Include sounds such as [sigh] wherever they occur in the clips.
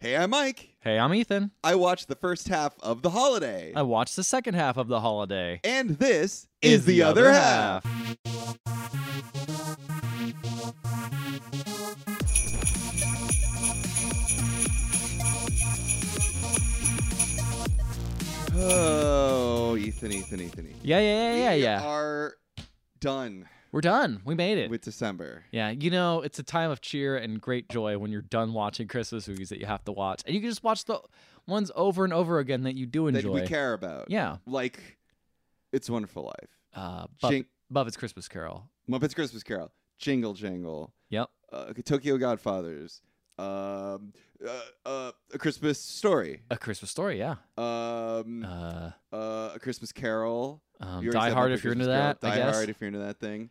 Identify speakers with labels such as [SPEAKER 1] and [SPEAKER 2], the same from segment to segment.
[SPEAKER 1] Hey, I'm Mike.
[SPEAKER 2] Hey, I'm Ethan.
[SPEAKER 1] I watched the first half of The Holiday.
[SPEAKER 2] I watched the second half of The Holiday.
[SPEAKER 1] and this is, the, other, half. Oh, Ethan, Ethan, Ethan. Ethan.
[SPEAKER 2] Yeah, yeah, yeah, yeah,
[SPEAKER 1] we
[SPEAKER 2] yeah.
[SPEAKER 1] are done
[SPEAKER 2] We're done. We made it.
[SPEAKER 1] with December.
[SPEAKER 2] yeah, you know, it's a time of cheer and great joy when you're done watching Christmas movies that you have to watch. And you can just watch the ones over and over again that you do
[SPEAKER 1] That
[SPEAKER 2] enjoy.
[SPEAKER 1] we care about.
[SPEAKER 2] Yeah.
[SPEAKER 1] Like, It's a Wonderful Life.
[SPEAKER 2] Uh, Buff-
[SPEAKER 1] Jing-
[SPEAKER 2] Buffett's Christmas Carol.
[SPEAKER 1] Muppets Christmas Carol. Jingle Jangle.
[SPEAKER 2] Yep.
[SPEAKER 1] Uh, Tokyo Godfathers. Um, uh, uh, a Christmas Story.
[SPEAKER 2] A Christmas Story, yeah.
[SPEAKER 1] Um,
[SPEAKER 2] Uh,
[SPEAKER 1] uh, a Christmas Carol.
[SPEAKER 2] um,
[SPEAKER 1] You already
[SPEAKER 2] Die
[SPEAKER 1] said
[SPEAKER 2] Hard
[SPEAKER 1] Muppet
[SPEAKER 2] if you're into
[SPEAKER 1] Christmas Carol.
[SPEAKER 2] that, I
[SPEAKER 1] Die
[SPEAKER 2] guess.
[SPEAKER 1] Hard if you're into that thing.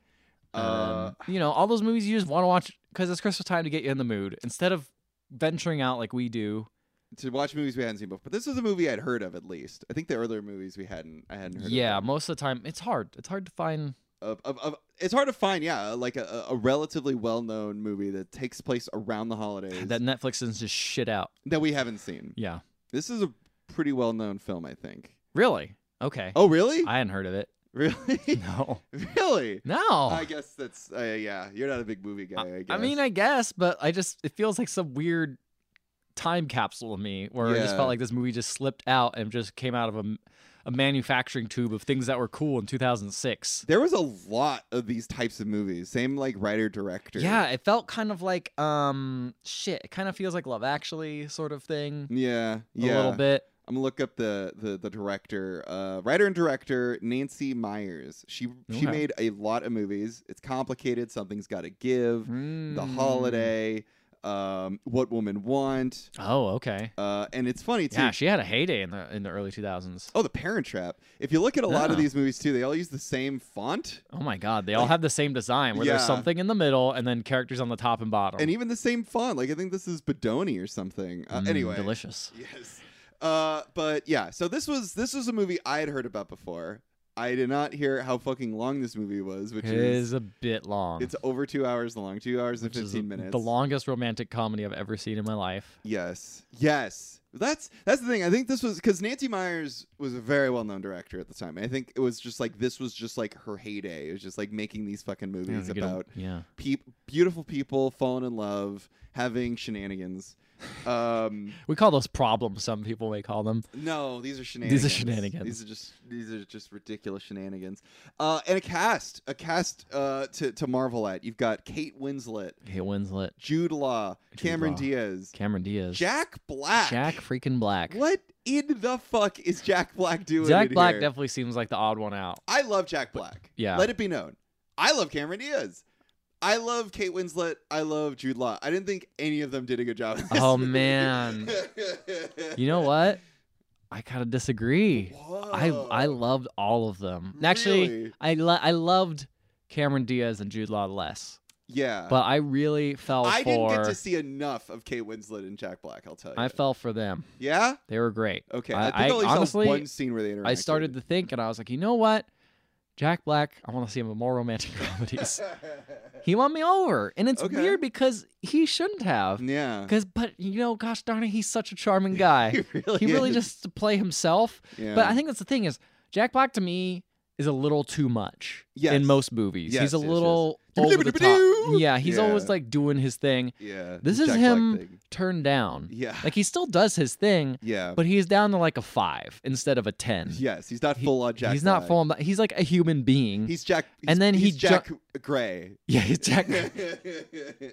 [SPEAKER 1] Uh,
[SPEAKER 2] Um, you know, all those movies you just want to watch because it's Christmas time to get you in the mood instead of venturing out like we do.
[SPEAKER 1] to watch movies we hadn't seen before, but this was a movie I'd heard of at least. I think the earlier movies we hadn't, I hadn't heard.
[SPEAKER 2] Yeah,
[SPEAKER 1] of, them.
[SPEAKER 2] most of the time it's hard. It's hard to find.
[SPEAKER 1] of, of, of it's hard to find. Yeah, like a, a relatively well-known movie that takes place around the holidays
[SPEAKER 2] that Netflix doesn't just shit out.
[SPEAKER 1] that we haven't seen.
[SPEAKER 2] Yeah.
[SPEAKER 1] This is a pretty well-known film, I think.
[SPEAKER 2] Really? Okay.
[SPEAKER 1] Oh, really?
[SPEAKER 2] I hadn't heard of it.
[SPEAKER 1] [laughs] Really?
[SPEAKER 2] No.
[SPEAKER 1] really?
[SPEAKER 2] No.
[SPEAKER 1] I
[SPEAKER 2] I,
[SPEAKER 1] guess that's uh, yeah. You're not a big movie guy. I, guess.
[SPEAKER 2] mean, Oh. I guess, but I just it feels like some weird time capsule of me where it just
[SPEAKER 1] Yeah.
[SPEAKER 2] felt like this movie just slipped out and just came out of a, m- a manufacturing tube of things that were cool in 2006.
[SPEAKER 1] there was a lot of these types of movies. Same like writer director.
[SPEAKER 2] Yeah, it felt kind of like um shit. It kind of feels like Love Actually sort of thing
[SPEAKER 1] Yeah.
[SPEAKER 2] a
[SPEAKER 1] Yeah.
[SPEAKER 2] little bit.
[SPEAKER 1] I'm gonna look up the the, the director, uh, writer and director Nancy Myers. She she
[SPEAKER 2] Okay.
[SPEAKER 1] made a lot of movies. It's complicated. Something's got to give. The
[SPEAKER 2] Mm.
[SPEAKER 1] Holiday. Um, what women want.
[SPEAKER 2] Oh, okay.
[SPEAKER 1] Uh, and it's funny too.
[SPEAKER 2] Yeah, she had a heyday in the in the early 2000s.
[SPEAKER 1] Oh, The Parent Trap. If you look at a lot of
[SPEAKER 2] Yeah.
[SPEAKER 1] these movies too, they all use the same font
[SPEAKER 2] Oh my god, they all have the same design where
[SPEAKER 1] Yeah.
[SPEAKER 2] there's something in the middle and then characters on the top and bottom.
[SPEAKER 1] and even the same font. Like I think this is Bodoni or something. Uh,
[SPEAKER 2] Mm,
[SPEAKER 1] anyway,
[SPEAKER 2] delicious.
[SPEAKER 1] Yes. Uh, but yeah, so this was this was a movie I had heard about before. I did not hear how fucking long this movie was, which
[SPEAKER 2] It
[SPEAKER 1] is
[SPEAKER 2] is a bit long.
[SPEAKER 1] it's over two hours long, two hours and
[SPEAKER 2] which is
[SPEAKER 1] fifteen minutes.
[SPEAKER 2] The longest romantic comedy I've ever seen in my life.
[SPEAKER 1] Yes, yes. That's that's the thing. I think this was because Nancy Myers was a very well known director at the time. I think it was just like this was just like her heyday. It was just like making these fucking
[SPEAKER 2] Yeah,
[SPEAKER 1] movies
[SPEAKER 2] they get a-
[SPEAKER 1] about
[SPEAKER 2] yeah.
[SPEAKER 1] peop beautiful people falling in love, having
[SPEAKER 2] [laughs]
[SPEAKER 1] shenanigans. Um,
[SPEAKER 2] We call those problems. Some people may call them.
[SPEAKER 1] No, these are shenanigans.
[SPEAKER 2] These are shenanigans.
[SPEAKER 1] These are just these are just ridiculous shenanigans. Uh, and a cast, a cast uh, to to marvel at. You've got Kate Winslet,
[SPEAKER 2] Kate Winslet,
[SPEAKER 1] Jude Law,
[SPEAKER 2] Jude
[SPEAKER 1] Cameron
[SPEAKER 2] Law.
[SPEAKER 1] Diaz,
[SPEAKER 2] Cameron Diaz,
[SPEAKER 1] Jack Black.
[SPEAKER 2] Jack freaking Black.
[SPEAKER 1] What in the fuck is Jack Black doing?
[SPEAKER 2] Jack
[SPEAKER 1] in
[SPEAKER 2] Black
[SPEAKER 1] here?
[SPEAKER 2] definitely seems like the odd
[SPEAKER 1] [laughs]
[SPEAKER 2] one out.
[SPEAKER 1] I love Jack Black.
[SPEAKER 2] yeah.
[SPEAKER 1] Let it be known. I love Cameron Diaz. I love Kate Winslet. I love Jude Law. I didn't think any of them did a good job. in this
[SPEAKER 2] Oh,
[SPEAKER 1] movie. [laughs]
[SPEAKER 2] man. You know what? I kind of disagree. I I
[SPEAKER 1] Whoa.
[SPEAKER 2] loved all of them. And Actually,
[SPEAKER 1] Really?
[SPEAKER 2] I lo- I loved Cameron Diaz and Jude Law less,
[SPEAKER 1] yeah.
[SPEAKER 2] but I really fell
[SPEAKER 1] Uh, I
[SPEAKER 2] for
[SPEAKER 1] didn't get to see enough of Kate Winslet and Jack Black. I'll tell you.
[SPEAKER 2] I fell for them.
[SPEAKER 1] yeah.
[SPEAKER 2] They were great.
[SPEAKER 1] Okay.
[SPEAKER 2] I-
[SPEAKER 1] I, think
[SPEAKER 2] I-
[SPEAKER 1] I only
[SPEAKER 2] honestly,
[SPEAKER 1] saw one scene where they interacted.
[SPEAKER 2] I
[SPEAKER 1] [laughs]
[SPEAKER 2] started to think, and I was like, you know what? Jack Black, I want to see him in more romantic [laughs] comedies. he won me over, and it's
[SPEAKER 1] Okay. Mm.
[SPEAKER 2] weird because he shouldn't have.
[SPEAKER 1] yeah.
[SPEAKER 2] Because, but you know, gosh darn it, he's such a
[SPEAKER 1] [laughs]
[SPEAKER 2] charming guy.
[SPEAKER 1] really,
[SPEAKER 2] [laughs] he really
[SPEAKER 1] is.
[SPEAKER 2] just to play himself.
[SPEAKER 1] Yeah.
[SPEAKER 2] But I think that's the thing is Jack Black to me is a little too much
[SPEAKER 1] Yes.
[SPEAKER 2] in most movies.
[SPEAKER 1] Yes,
[SPEAKER 2] he's a
[SPEAKER 1] yes,
[SPEAKER 2] little
[SPEAKER 1] yes.
[SPEAKER 2] over the top. Yeah, he's
[SPEAKER 1] Yeah.
[SPEAKER 2] always like doing his thing,
[SPEAKER 1] yeah.
[SPEAKER 2] this
[SPEAKER 1] the
[SPEAKER 2] is
[SPEAKER 1] Jack
[SPEAKER 2] him-
[SPEAKER 1] Black thing.
[SPEAKER 2] turned down.
[SPEAKER 1] Yeah.
[SPEAKER 2] Like he still does his thing,
[SPEAKER 1] yeah.
[SPEAKER 2] but he's down to like a five instead of a ten.
[SPEAKER 1] yes, he's not
[SPEAKER 2] He-
[SPEAKER 1] full on Jack.
[SPEAKER 2] he's not
[SPEAKER 1] Black.
[SPEAKER 2] full. on- He's like a human being.
[SPEAKER 1] He's Jack. He's,
[SPEAKER 2] then he
[SPEAKER 1] he's
[SPEAKER 2] ju-
[SPEAKER 1] Jack Gray.
[SPEAKER 2] [laughs] yeah,
[SPEAKER 1] [laughs]
[SPEAKER 2] he's Jack. [laughs] he's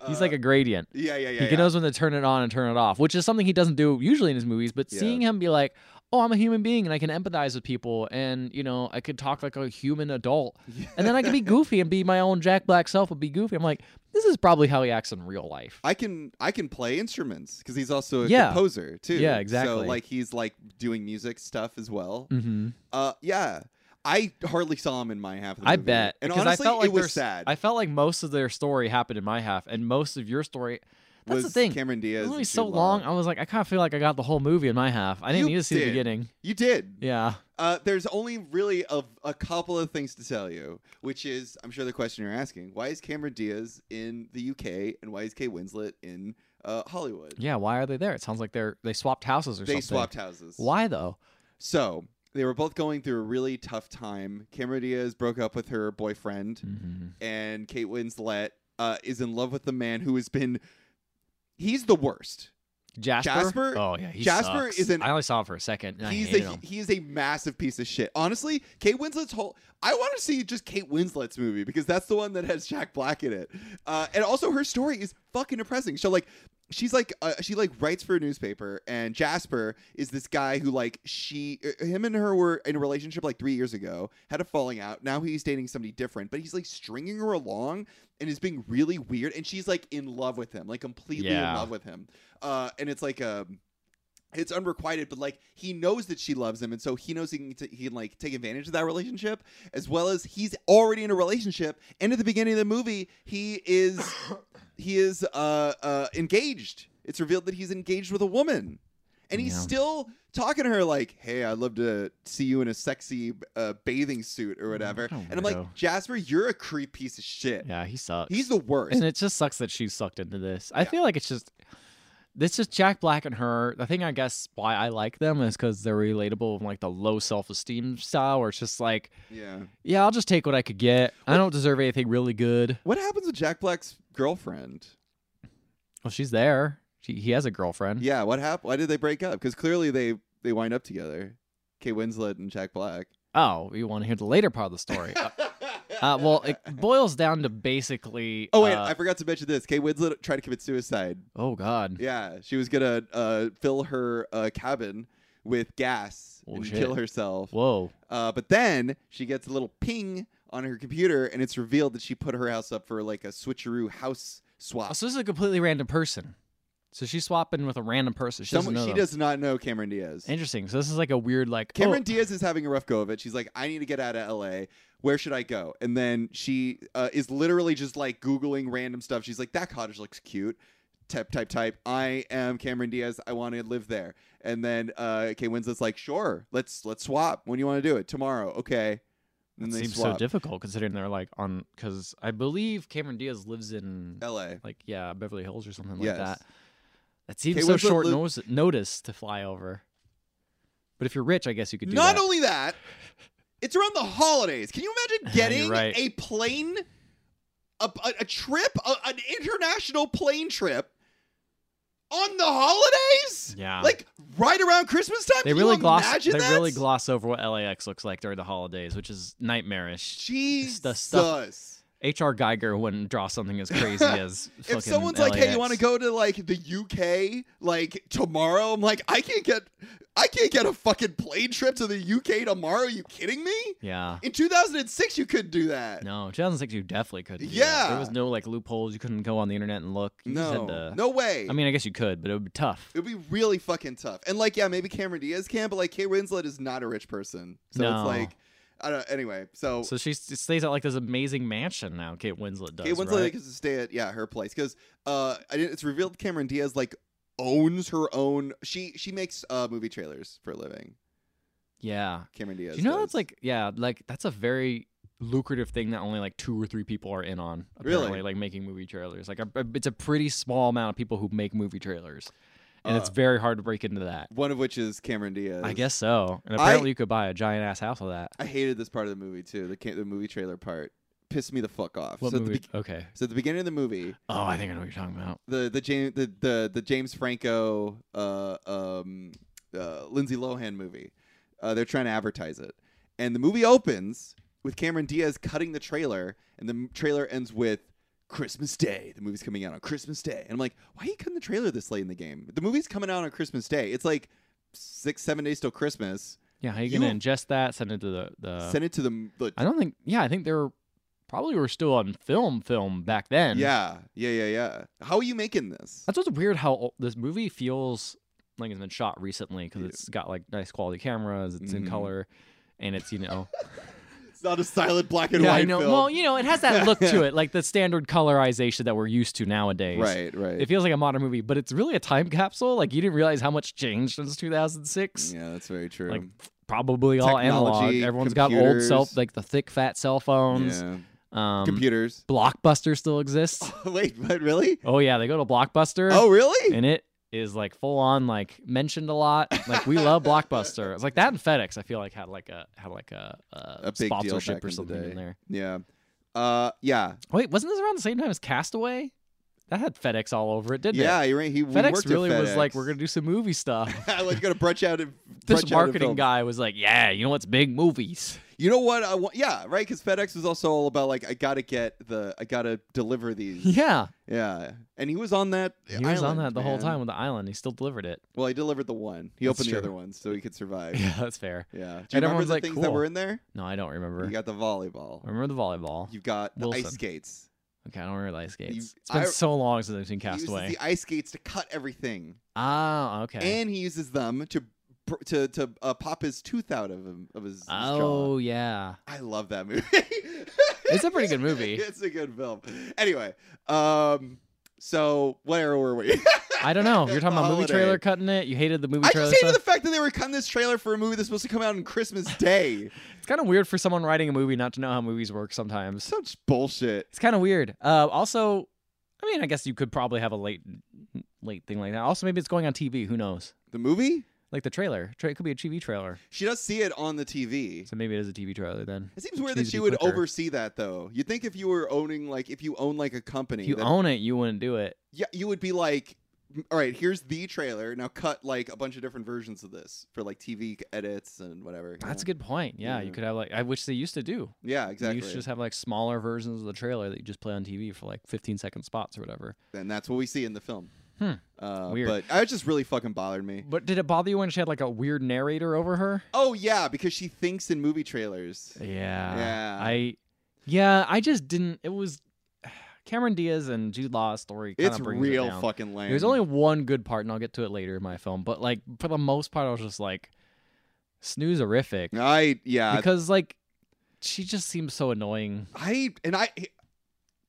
[SPEAKER 1] Uh,
[SPEAKER 2] like a gradient.
[SPEAKER 1] Yeah, yeah, yeah.
[SPEAKER 2] he
[SPEAKER 1] yeah.
[SPEAKER 2] knows when to turn it on and turn it off, which is something he doesn't do usually in his movies. But
[SPEAKER 1] Yeah.
[SPEAKER 2] seeing him be like, "Oh, I'm a human being and I can empathize with people, and you know, I could talk like a human adult, and then
[SPEAKER 1] [laughs]
[SPEAKER 2] I could be goofy and be my own Jack Black self, but be goofy." I'm like, this is probably how he acts in real life.
[SPEAKER 1] I can I can play instruments because he's also a
[SPEAKER 2] Yeah.
[SPEAKER 1] composer too.
[SPEAKER 2] Yeah,
[SPEAKER 1] So
[SPEAKER 2] exactly.
[SPEAKER 1] like he's like doing music stuff as well.
[SPEAKER 2] Mm-hmm.
[SPEAKER 1] Uh, yeah. I hardly saw him in my half. Of the
[SPEAKER 2] I
[SPEAKER 1] movie.
[SPEAKER 2] bet.
[SPEAKER 1] And
[SPEAKER 2] 'cause
[SPEAKER 1] honestly,
[SPEAKER 2] I felt like
[SPEAKER 1] it was
[SPEAKER 2] there's-
[SPEAKER 1] sad.
[SPEAKER 2] I felt like most of their story happened in my half, and most of your story. That's
[SPEAKER 1] was
[SPEAKER 2] the thing.
[SPEAKER 1] Cameron
[SPEAKER 2] It
[SPEAKER 1] Diaz.
[SPEAKER 2] was only
[SPEAKER 1] and
[SPEAKER 2] so
[SPEAKER 1] Jude Law.
[SPEAKER 2] long. I was like, I kind of feel like I got the whole movie in my half. I didn't
[SPEAKER 1] You
[SPEAKER 2] need to see
[SPEAKER 1] did.
[SPEAKER 2] the beginning.
[SPEAKER 1] You did.
[SPEAKER 2] Yeah.
[SPEAKER 1] Uh, there's only really a, a couple of things to tell you, which is, I'm sure the question you're asking: Why is Cameron Diaz in the UK and why is Kate Winslet in uh, Uh, Hollywood.
[SPEAKER 2] Yeah, why are they there? It sounds like they're they swapped houses or
[SPEAKER 1] They
[SPEAKER 2] something.
[SPEAKER 1] swapped houses.
[SPEAKER 2] Why though?
[SPEAKER 1] So they were both going through a really tough time. Cameron Diaz broke up with her boyfriend,
[SPEAKER 2] Hmm.
[SPEAKER 1] and Kate Winslet uh, is in love with the man who has been. He's the worst.
[SPEAKER 2] Jasper.
[SPEAKER 1] Jasper-
[SPEAKER 2] Oh yeah, he
[SPEAKER 1] Jasper
[SPEAKER 2] sucks.
[SPEAKER 1] is an-
[SPEAKER 2] I only saw him for a second. and I
[SPEAKER 1] He's
[SPEAKER 2] hated
[SPEAKER 1] a
[SPEAKER 2] him.
[SPEAKER 1] he is a massive piece of shit. Honestly, Kate Winslet's whole I want to see just Kate Winslet's movie because that's the one that has Jack Black in it. Uh, and also her story is fucking depressing. So like she's like uh, she like writes for a newspaper and Jasper is this guy who like she uh, him and her were in a relationship like 3 years ago, had a falling out. Now he's dating somebody different, but he's like stringing her along and is being really weird and she's like in love with him, like completely in
[SPEAKER 2] Yeah.
[SPEAKER 1] love with him. Uh, and it's like um it's unrequited, but like he knows that she loves him, and so he knows he can, t- he can like take advantage of that relationship, as well as he's already in a relationship. And at the beginning of the movie, he is he is uh, uh engaged. It's revealed that he's engaged with a woman, and he's
[SPEAKER 2] Yeah.
[SPEAKER 1] still talking to her like, "Hey, I'd love to see you in a sexy uh, bathing suit or whatever."
[SPEAKER 2] what a
[SPEAKER 1] and I'm like,
[SPEAKER 2] weirdo.
[SPEAKER 1] Jasper, you're a creep piece of shit.
[SPEAKER 2] Yeah, he sucks.
[SPEAKER 1] He's the worst. [laughs]
[SPEAKER 2] and it just sucks that she's sucked into this. I
[SPEAKER 1] Yeah.
[SPEAKER 2] feel like it's just this is Jack Black and her. The thing I guess why I like them is because they're relatable in like the low self esteem style, where it's just like,
[SPEAKER 1] yeah.
[SPEAKER 2] yeah, I'll just take what I could get. I don't deserve anything really good.
[SPEAKER 1] What happens with Jack Black's girlfriend?
[SPEAKER 2] Well, she's there. She, he has a girlfriend.
[SPEAKER 1] Yeah, what happened? Why did they break up? Because clearly they they wind up together. Kate Winslet and Jack Black.
[SPEAKER 2] Oh, you want to hear the later part of the story? uh, uh, well,
[SPEAKER 1] [laughs]
[SPEAKER 2] it boils down to basically.
[SPEAKER 1] oh wait,
[SPEAKER 2] uh,
[SPEAKER 1] I forgot to mention this. Kate Winslet tried to commit suicide.
[SPEAKER 2] oh God.
[SPEAKER 1] Yeah, she was gonna uh, fill her uh, cabin with gas
[SPEAKER 2] Oh,
[SPEAKER 1] and
[SPEAKER 2] shit.
[SPEAKER 1] kill herself.
[SPEAKER 2] Whoa.
[SPEAKER 1] Uh, but then she gets a little ping on her computer, and it's revealed that she put her house up for like a switcheroo house swap.
[SPEAKER 2] So this is a completely random person. So she's swapping with a random person. She doesn't
[SPEAKER 1] Someone-
[SPEAKER 2] know
[SPEAKER 1] she
[SPEAKER 2] them.
[SPEAKER 1] does not know Cameron Diaz.
[SPEAKER 2] Interesting. So this is like a weird like oh,
[SPEAKER 1] Cameron Diaz is having a rough go of it. She's like, I need to get out of LA. Where should I go? And then she uh, is literally just like Googling random stuff. She's like, that cottage looks cute. Type, type, type. I am Cameron Diaz. I want to live there. And then uh, Kate Winslet's like, sure, let's let's swap. When do you want to do it? Tomorrow. Okay. And then
[SPEAKER 2] That
[SPEAKER 1] they
[SPEAKER 2] seems so
[SPEAKER 1] swap.
[SPEAKER 2] difficult considering they're like on because I believe Cameron Diaz lives in
[SPEAKER 1] LA.
[SPEAKER 2] like yeah Beverly Hills or something
[SPEAKER 1] Yes.
[SPEAKER 2] like that. That seems
[SPEAKER 1] Kate
[SPEAKER 2] so
[SPEAKER 1] Winslet
[SPEAKER 2] short
[SPEAKER 1] li-
[SPEAKER 2] notice, notice to fly over. But if you're rich, I guess you could do
[SPEAKER 1] Not
[SPEAKER 2] that.
[SPEAKER 1] only that, it's around the holidays. Can you imagine
[SPEAKER 2] [laughs] You're
[SPEAKER 1] getting
[SPEAKER 2] right.
[SPEAKER 1] a plane, a, a, a trip, a, an international plane trip on the holidays?
[SPEAKER 2] yeah,
[SPEAKER 1] Like right around Christmas time?
[SPEAKER 2] they
[SPEAKER 1] Can
[SPEAKER 2] really
[SPEAKER 1] you
[SPEAKER 2] gloss
[SPEAKER 1] imagine
[SPEAKER 2] they
[SPEAKER 1] that?
[SPEAKER 2] really gloss over what LAX looks like during the holidays, which is nightmarish.
[SPEAKER 1] Jesus.
[SPEAKER 2] the stuff- HR Geiger wouldn't draw something as
[SPEAKER 1] [laughs]
[SPEAKER 2] crazy as fucking
[SPEAKER 1] If someone's like, "Hey, you
[SPEAKER 2] LAX."
[SPEAKER 1] want to go to like the UK like tomorrow?" I'm like, "I can't get, I can't get a fucking plane trip to the UK tomorrow. you kidding me? [laughs]
[SPEAKER 2] Yeah.
[SPEAKER 1] In 2006, you couldn't do that.
[SPEAKER 2] No, 2006, you definitely could. not yeah, there was
[SPEAKER 1] Yeah.
[SPEAKER 2] no like loopholes. You couldn't go on the internet and look. You just had
[SPEAKER 1] No,
[SPEAKER 2] to-
[SPEAKER 1] no way.
[SPEAKER 2] I mean, I guess you could, but it would be tough.
[SPEAKER 1] It'd be really fucking tough. And like, yeah, maybe Cameron Diaz can, but like, Kate Winslet is not a rich person, so
[SPEAKER 2] No.
[SPEAKER 1] it's like, I don't. Anyway, so,
[SPEAKER 2] So she s- stays at like this amazing mansion now. Kate Winslet does.
[SPEAKER 1] Kate Winslet
[SPEAKER 2] right?
[SPEAKER 1] gets to stay at yeah her place because uh, I didn't, it's revealed Cameron Diaz like owns her own. She she makes uh movie trailers for a living.
[SPEAKER 2] yeah.
[SPEAKER 1] Cameron
[SPEAKER 2] Do
[SPEAKER 1] Diaz.
[SPEAKER 2] you know
[SPEAKER 1] does.
[SPEAKER 2] that's like yeah, like that's a very lucrative thing that only like two or three people are in on.
[SPEAKER 1] Really?
[SPEAKER 2] Apparently, like making movie trailers. Like a, a- it's a pretty small amount of people who make movie trailers, and it's
[SPEAKER 1] Uh,
[SPEAKER 2] very hard to break into that.
[SPEAKER 1] one of which is Cameron Diaz.
[SPEAKER 2] I guess so. And
[SPEAKER 1] I-
[SPEAKER 2] apparently, you could buy a giant ass house with that.
[SPEAKER 1] I hated this part of the movie too. The ca- the movie trailer part pissed me the fuck off.
[SPEAKER 2] What
[SPEAKER 1] so
[SPEAKER 2] movie?
[SPEAKER 1] At the be-
[SPEAKER 2] okay.
[SPEAKER 1] so at the beginning of the movie,
[SPEAKER 2] Oh, I think I know what you're talking about.
[SPEAKER 1] the the James the the, the James Franco uh, um, uh, Lindsay Lohan movie. Uh, they're trying to advertise it, and the movie opens with Cameron Diaz cutting the trailer, and the m- trailer ends with Christmas Day. The movie's coming out on Christmas Day, and I'm like, why are you cutting the trailer this late in the game? The movie's coming out on Christmas Day. It's like six seven days till Christmas.
[SPEAKER 2] Yeah, how you
[SPEAKER 1] You-
[SPEAKER 2] gonna ingest that? Send it to the the.
[SPEAKER 1] Send it to the, the
[SPEAKER 2] Uh, I don't think. Yeah, I think they were probably were still on film film back then.
[SPEAKER 1] yeah yeah yeah yeah. How are you making this?
[SPEAKER 2] That's what's weird how o- this movie feels like it's been shot recently because
[SPEAKER 1] Yeah.
[SPEAKER 2] it's got like nice quality cameras, it's in
[SPEAKER 1] Mhm.
[SPEAKER 2] color, and it's you
[SPEAKER 1] [laughs]
[SPEAKER 2] know
[SPEAKER 1] It's not a silent black and
[SPEAKER 2] yeah
[SPEAKER 1] white
[SPEAKER 2] I know
[SPEAKER 1] film.
[SPEAKER 2] well you know it has that look to it like the standard colorization that we're used to nowadays.
[SPEAKER 1] right right.
[SPEAKER 2] It feels like a modern movie, but it's really a time capsule. Like you didn't realize how much changed since 2006.
[SPEAKER 1] yeah, that's very true.
[SPEAKER 2] Like probably all analog.
[SPEAKER 1] Technology,
[SPEAKER 2] Everyone's got old
[SPEAKER 1] computers.
[SPEAKER 2] self, like the thick fat cell phones.
[SPEAKER 1] Yeah.
[SPEAKER 2] Um,
[SPEAKER 1] computers.
[SPEAKER 2] Blockbuster still exists.
[SPEAKER 1] [laughs] Wait, but really?
[SPEAKER 2] oh yeah, they go to Blockbuster.
[SPEAKER 1] Oh, really?
[SPEAKER 2] and it is like full on like mentioned a lot. Like we love Blockbuster. It's like that and FedEx. I feel like had like a had like a, a,
[SPEAKER 1] A big deal back
[SPEAKER 2] sponsorship
[SPEAKER 1] in
[SPEAKER 2] or
[SPEAKER 1] the
[SPEAKER 2] something
[SPEAKER 1] day.
[SPEAKER 2] in there.
[SPEAKER 1] yeah. Uh, yeah,
[SPEAKER 2] Wait, wasn't this around the same time as Castaway? That had FedEx all over it, didn't
[SPEAKER 1] yeah.
[SPEAKER 2] it?
[SPEAKER 1] You're right. He we worked
[SPEAKER 2] FedEx
[SPEAKER 1] at
[SPEAKER 2] really was like,
[SPEAKER 1] FedEx. [laughs]
[SPEAKER 2] we're gonna do some movie stuff.
[SPEAKER 1] like gonna brunch out. And, brunch out
[SPEAKER 2] [laughs] this
[SPEAKER 1] and
[SPEAKER 2] marketing
[SPEAKER 1] film.
[SPEAKER 2] guy was like, yeah, you know what's big movies.
[SPEAKER 1] You know what? I want. Yeah, right. Because FedEx was also all about like I gotta get the I gotta deliver these.
[SPEAKER 2] [laughs] Yeah,
[SPEAKER 1] yeah, and he was on that.
[SPEAKER 2] he was on
[SPEAKER 1] island,
[SPEAKER 2] that the whole
[SPEAKER 1] man.
[SPEAKER 2] time with the island. He still delivered it.
[SPEAKER 1] Well, he delivered the one. He
[SPEAKER 2] That's
[SPEAKER 1] opened the
[SPEAKER 2] true.
[SPEAKER 1] other one so he could survive.
[SPEAKER 2] Yeah, that's fair.
[SPEAKER 1] Yeah. Do you
[SPEAKER 2] And
[SPEAKER 1] remember
[SPEAKER 2] everyone's
[SPEAKER 1] the
[SPEAKER 2] like,
[SPEAKER 1] things that
[SPEAKER 2] "Cool."
[SPEAKER 1] were in there?
[SPEAKER 2] No, I don't remember.
[SPEAKER 1] You got the volleyball.
[SPEAKER 2] I remember the volleyball.
[SPEAKER 1] You've got the ice
[SPEAKER 2] Wilson.
[SPEAKER 1] skates.
[SPEAKER 2] Okay, I don't remember the ice skates.
[SPEAKER 1] You-
[SPEAKER 2] it's been
[SPEAKER 1] I-
[SPEAKER 2] so long since I've seen
[SPEAKER 1] He uses
[SPEAKER 2] Castaway.
[SPEAKER 1] the ice skates to cut everything,
[SPEAKER 2] Ah, okay.
[SPEAKER 1] and he uses them to br- to to uh, pop his tooth out of him of his, his jaw.
[SPEAKER 2] Oh yeah,
[SPEAKER 1] I love that movie.
[SPEAKER 2] [laughs] it's a pretty good
[SPEAKER 1] [laughs]
[SPEAKER 2] movie.
[SPEAKER 1] it's a good film. Anyway, um, so where were we? [laughs]
[SPEAKER 2] I don't know. You're talking about movie
[SPEAKER 1] Holiday.
[SPEAKER 2] trailer cutting it. You hated the movie
[SPEAKER 1] I
[SPEAKER 2] trailer
[SPEAKER 1] just hated
[SPEAKER 2] stuff.
[SPEAKER 1] the fact that they were cutting this trailer for a movie that's supposed to come out on Christmas Day. [laughs]
[SPEAKER 2] It's kind of weird for someone writing a movie not to know how movies work sometimes.
[SPEAKER 1] Such bullshit.
[SPEAKER 2] It's kind of weird. Uh, also, I mean, I guess you could probably have a late, late thing like that. Also, maybe it's going on TV. Who knows?
[SPEAKER 1] The movie?
[SPEAKER 2] Like the trailer. Tra- it could be a TV trailer.
[SPEAKER 1] She does see it on the TV.
[SPEAKER 2] So maybe it is a TV trailer then.
[SPEAKER 1] It seems weird
[SPEAKER 2] needs
[SPEAKER 1] that she
[SPEAKER 2] to be
[SPEAKER 1] would
[SPEAKER 2] quicker.
[SPEAKER 1] oversee that though. You'd think if you were owning like if you own like a company,
[SPEAKER 2] If you
[SPEAKER 1] that-
[SPEAKER 2] own it, you wouldn't do it.
[SPEAKER 1] yeah, you would be like, all right, here's the trailer. Now cut like a bunch of different versions of this for like TV edits and whatever. you
[SPEAKER 2] That's a
[SPEAKER 1] know?
[SPEAKER 2] good point. Yeah,
[SPEAKER 1] Yeah.
[SPEAKER 2] you could have like I wish they used to do.
[SPEAKER 1] Yeah,
[SPEAKER 2] They
[SPEAKER 1] exactly.
[SPEAKER 2] used to just have like smaller versions of the trailer that you just play on TV for like 15 second spots or whatever.
[SPEAKER 1] and that's what we see in the film.
[SPEAKER 2] Hmm.
[SPEAKER 1] Uh,
[SPEAKER 2] Weird.
[SPEAKER 1] But it just really fucking bothered me.
[SPEAKER 2] But did it bother you when she had like a weird narrator over her?
[SPEAKER 1] Oh yeah, because she thinks in movie trailers.
[SPEAKER 2] Yeah.
[SPEAKER 1] Yeah.
[SPEAKER 2] I yeah, I just didn't it was [sighs] Cameron Diaz and Jude Law's story kind
[SPEAKER 1] It's
[SPEAKER 2] of brings it
[SPEAKER 1] real
[SPEAKER 2] down.
[SPEAKER 1] fucking lame.
[SPEAKER 2] There's only one good part and I'll get to it later in my film, but like for the most part I was just like snoozerific
[SPEAKER 1] I yeah
[SPEAKER 2] because like she just seems so annoying
[SPEAKER 1] I and I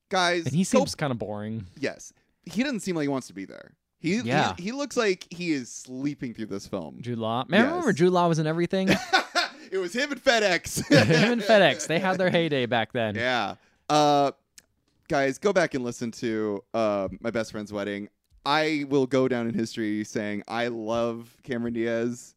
[SPEAKER 1] guys
[SPEAKER 2] and he
[SPEAKER 1] go
[SPEAKER 2] seems kind of boring.
[SPEAKER 1] Yes. He doesn't seem like he wants to be there. He he-
[SPEAKER 2] Yeah.
[SPEAKER 1] he, looks like he is sleeping through this film.
[SPEAKER 2] Jude Law. Man, I remember
[SPEAKER 1] Yes.
[SPEAKER 2] Jude Law was in
[SPEAKER 1] [laughs]
[SPEAKER 2] everything. Him
[SPEAKER 1] it was him and FedEx.
[SPEAKER 2] [laughs] and FedEx, they had their heyday back then.
[SPEAKER 1] Yeah. Uh guys, go back and listen to uh, my best friend's wedding. I will go down in history saying I love Cameron Diaz.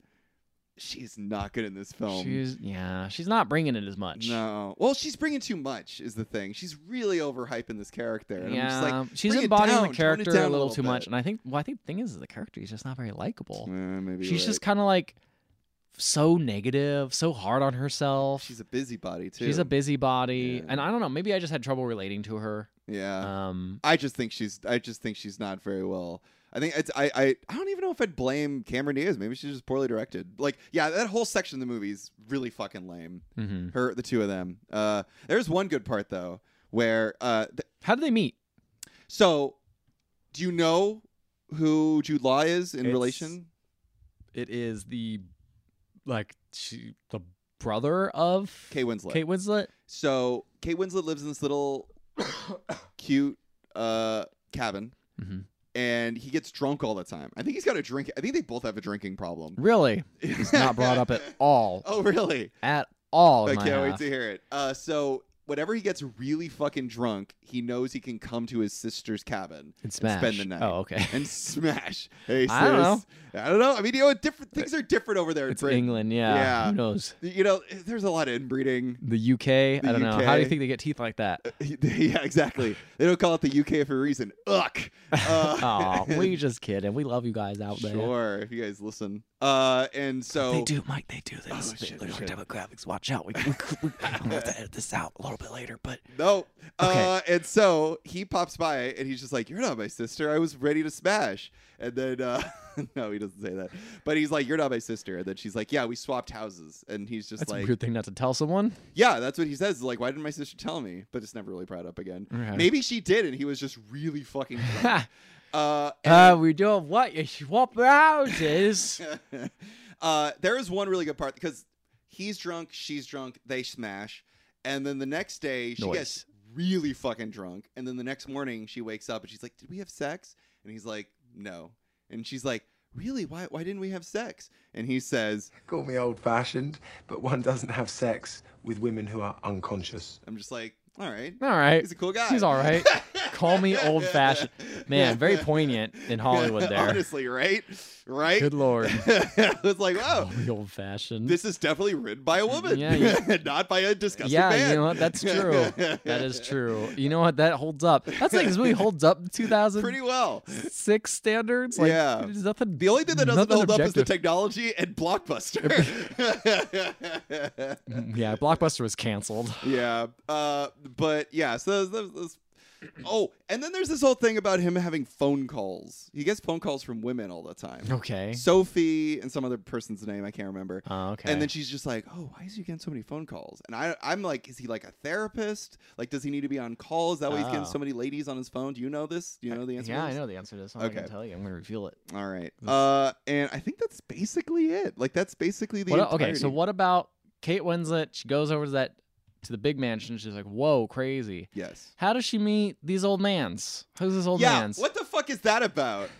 [SPEAKER 1] She's not good in this film.
[SPEAKER 2] She's yeah, she's not bringing it as much.
[SPEAKER 1] no. Well, she's bringing too much is the thing. She's really overhyping this character. And I'm
[SPEAKER 2] yeah,
[SPEAKER 1] just like,
[SPEAKER 2] she's
[SPEAKER 1] "Bring it down,
[SPEAKER 2] embodying
[SPEAKER 1] turn
[SPEAKER 2] the
[SPEAKER 1] it
[SPEAKER 2] character
[SPEAKER 1] down
[SPEAKER 2] a little,
[SPEAKER 1] little
[SPEAKER 2] too much,
[SPEAKER 1] bit."
[SPEAKER 2] and I think well, I think the thing is the character is just not very likable.
[SPEAKER 1] "Eh, maybe
[SPEAKER 2] She's
[SPEAKER 1] you're
[SPEAKER 2] just
[SPEAKER 1] right."
[SPEAKER 2] kind of like so negative, so hard on herself.
[SPEAKER 1] she's a busybody too.
[SPEAKER 2] She's a busybody,
[SPEAKER 1] Yeah. Uh.
[SPEAKER 2] and I don't know. Maybe I just had trouble relating to her.
[SPEAKER 1] yeah.
[SPEAKER 2] Um,
[SPEAKER 1] I just think she's I just think she's not very well. I think it's I I, I don't even know if I'd blame Cameron Diaz. Maybe she's just poorly directed. Like yeah, that whole section of the movie is really fucking lame.
[SPEAKER 2] mhm.
[SPEAKER 1] Her the two of them. Uh, there's one good part though where uh, th-
[SPEAKER 2] how did they meet?
[SPEAKER 1] so do you know who Jude Law is in
[SPEAKER 2] It's-
[SPEAKER 1] relation?
[SPEAKER 2] It is the like she the brother of
[SPEAKER 1] Kate Winslet.
[SPEAKER 2] Kate Winslet.
[SPEAKER 1] So Kate Winslet lives in this
[SPEAKER 2] [coughs]
[SPEAKER 1] little cute uh cabin.
[SPEAKER 2] Mhm.
[SPEAKER 1] And he gets drunk all the time. I think he's got a drink. I think they both have a drinking problem. [laughs]
[SPEAKER 2] Really, it's not brought up at all,
[SPEAKER 1] Oh, really?
[SPEAKER 2] at all. in
[SPEAKER 1] I
[SPEAKER 2] my
[SPEAKER 1] can't wait
[SPEAKER 2] half.
[SPEAKER 1] to hear it. Uh, so, whenever he gets really fucking drunk, he knows he can come to his sister's cabin
[SPEAKER 2] And smash.
[SPEAKER 1] spend the night.
[SPEAKER 2] Oh, okay.
[SPEAKER 1] and [laughs] smash. Hey, sis.
[SPEAKER 2] I don't
[SPEAKER 1] I don't know. I mean, you know, different things are different over there in
[SPEAKER 2] It's
[SPEAKER 1] Britain.
[SPEAKER 2] England, yeah.
[SPEAKER 1] Yeah.
[SPEAKER 2] Who knows?
[SPEAKER 1] You know, there's a lot of inbreeding. [laughs]
[SPEAKER 2] The UK, I don't know. How do
[SPEAKER 1] UK.
[SPEAKER 2] you think they get teeth like that?
[SPEAKER 1] yeah, exactly. They don't call it the UK for a reason.
[SPEAKER 2] [laughs]
[SPEAKER 1] Ugh. [laughs] Uh, [laughs]
[SPEAKER 2] Oh, we just kidding. We love you guys out there.
[SPEAKER 1] sure. If you guys listen. Uh, and so
[SPEAKER 2] They do, Mike. They do. They
[SPEAKER 1] Oh,
[SPEAKER 2] listen to
[SPEAKER 1] shit,
[SPEAKER 2] look at our
[SPEAKER 1] shit.
[SPEAKER 2] demographics. Watch out. We, we, we, I'm gonna have to edit this out a little bit later, but
[SPEAKER 1] No. Uh, and so he pops by and he's just like, You're not my sister. I was ready to smash. And then, uh, [laughs] no, he doesn't say that. But he's like, You're not my sister. And then she's like, Yeah, we swapped houses. And he's just
[SPEAKER 2] that's
[SPEAKER 1] like,
[SPEAKER 2] a weird thing not to tell
[SPEAKER 1] [laughs]
[SPEAKER 2] someone. [laughs]
[SPEAKER 1] Yeah, that's what he says. Like, why didn't my sister tell me? But it's never really brought up again.
[SPEAKER 2] Okay.
[SPEAKER 1] Maybe she did and he was just really fucking
[SPEAKER 2] [laughs]
[SPEAKER 1] drunk. uh,
[SPEAKER 2] uh, we do what you swap houses.
[SPEAKER 1] [laughs] uh, there is one really good part because he's drunk, she's drunk, they smash, and then the next day she
[SPEAKER 2] Noise.
[SPEAKER 1] gets really fucking drunk, and then the next morning she wakes up and she's like, "Did we have sex?" And he's like, "No," and she's like, "Really? Why? Why didn't we have sex?" And he says,
[SPEAKER 3] Call me old fashioned, but one doesn't have sex with women who are unconscious.
[SPEAKER 1] "I'm just like, All right.
[SPEAKER 2] All right.
[SPEAKER 1] He's a cool guy.
[SPEAKER 2] He's all right. Call me old-fashioned. Man,
[SPEAKER 1] [laughs]
[SPEAKER 2] very poignant in Hollywood there.
[SPEAKER 1] Honestly, right? Right? [laughs]
[SPEAKER 2] Good lord.
[SPEAKER 1] it's like,
[SPEAKER 2] [laughs]
[SPEAKER 1] wow,
[SPEAKER 2] Call me old-fashioned.
[SPEAKER 1] Oh. this is definitely written by a woman,
[SPEAKER 2] Yeah, yeah.
[SPEAKER 1] [laughs] not by a disgusting
[SPEAKER 2] yeah,
[SPEAKER 1] man.
[SPEAKER 2] you know what? That's
[SPEAKER 1] [laughs]
[SPEAKER 2] true. that is true. You know what? That holds up. That's like this movie holds up to 2006
[SPEAKER 1] Pretty well.
[SPEAKER 2] standards. Like,
[SPEAKER 1] Yeah.
[SPEAKER 2] There's nothing.
[SPEAKER 1] The only thing that doesn't
[SPEAKER 2] nothing
[SPEAKER 1] hold up is the
[SPEAKER 2] objective.
[SPEAKER 1] technology and
[SPEAKER 2] [laughs]
[SPEAKER 1] Blockbuster.
[SPEAKER 2] yeah, Blockbuster was canceled.
[SPEAKER 1] [laughs]
[SPEAKER 2] [laughs]
[SPEAKER 1] yeah. Uh, but yeah, so those, those- oh, and then there's this whole thing about him having phone calls. He gets phone calls from women all the time.
[SPEAKER 2] Okay.
[SPEAKER 1] Sophie and some other person's name I can't remember.
[SPEAKER 2] Oh, okay.
[SPEAKER 1] And then she's just like, "Oh, why is he getting so many phone calls?" And I, I'm like, "Is he like a therapist? Like, does he need to be on calls? That way he's getting
[SPEAKER 2] Oh.
[SPEAKER 1] so many ladies on his phone." Do you know this? Do you know the answer?
[SPEAKER 2] yeah,
[SPEAKER 1] to
[SPEAKER 2] I
[SPEAKER 1] this?
[SPEAKER 2] know the answer to this. I'm
[SPEAKER 1] not
[SPEAKER 2] not
[SPEAKER 1] gonna
[SPEAKER 2] gonna
[SPEAKER 1] Okay.
[SPEAKER 2] tell you. I'm gonna reveal it.
[SPEAKER 1] All right. Uh, and I think that's basically it. Like, that's basically the
[SPEAKER 2] okay, so
[SPEAKER 1] entirety.
[SPEAKER 2] what about Kate Winslet? She goes over to that to the big mansion. She's like, "Whoa, crazy!
[SPEAKER 1] Yes.
[SPEAKER 2] How does she meet these old mans? Who's this old
[SPEAKER 1] yeah.
[SPEAKER 2] man's
[SPEAKER 1] What the fuck is that about?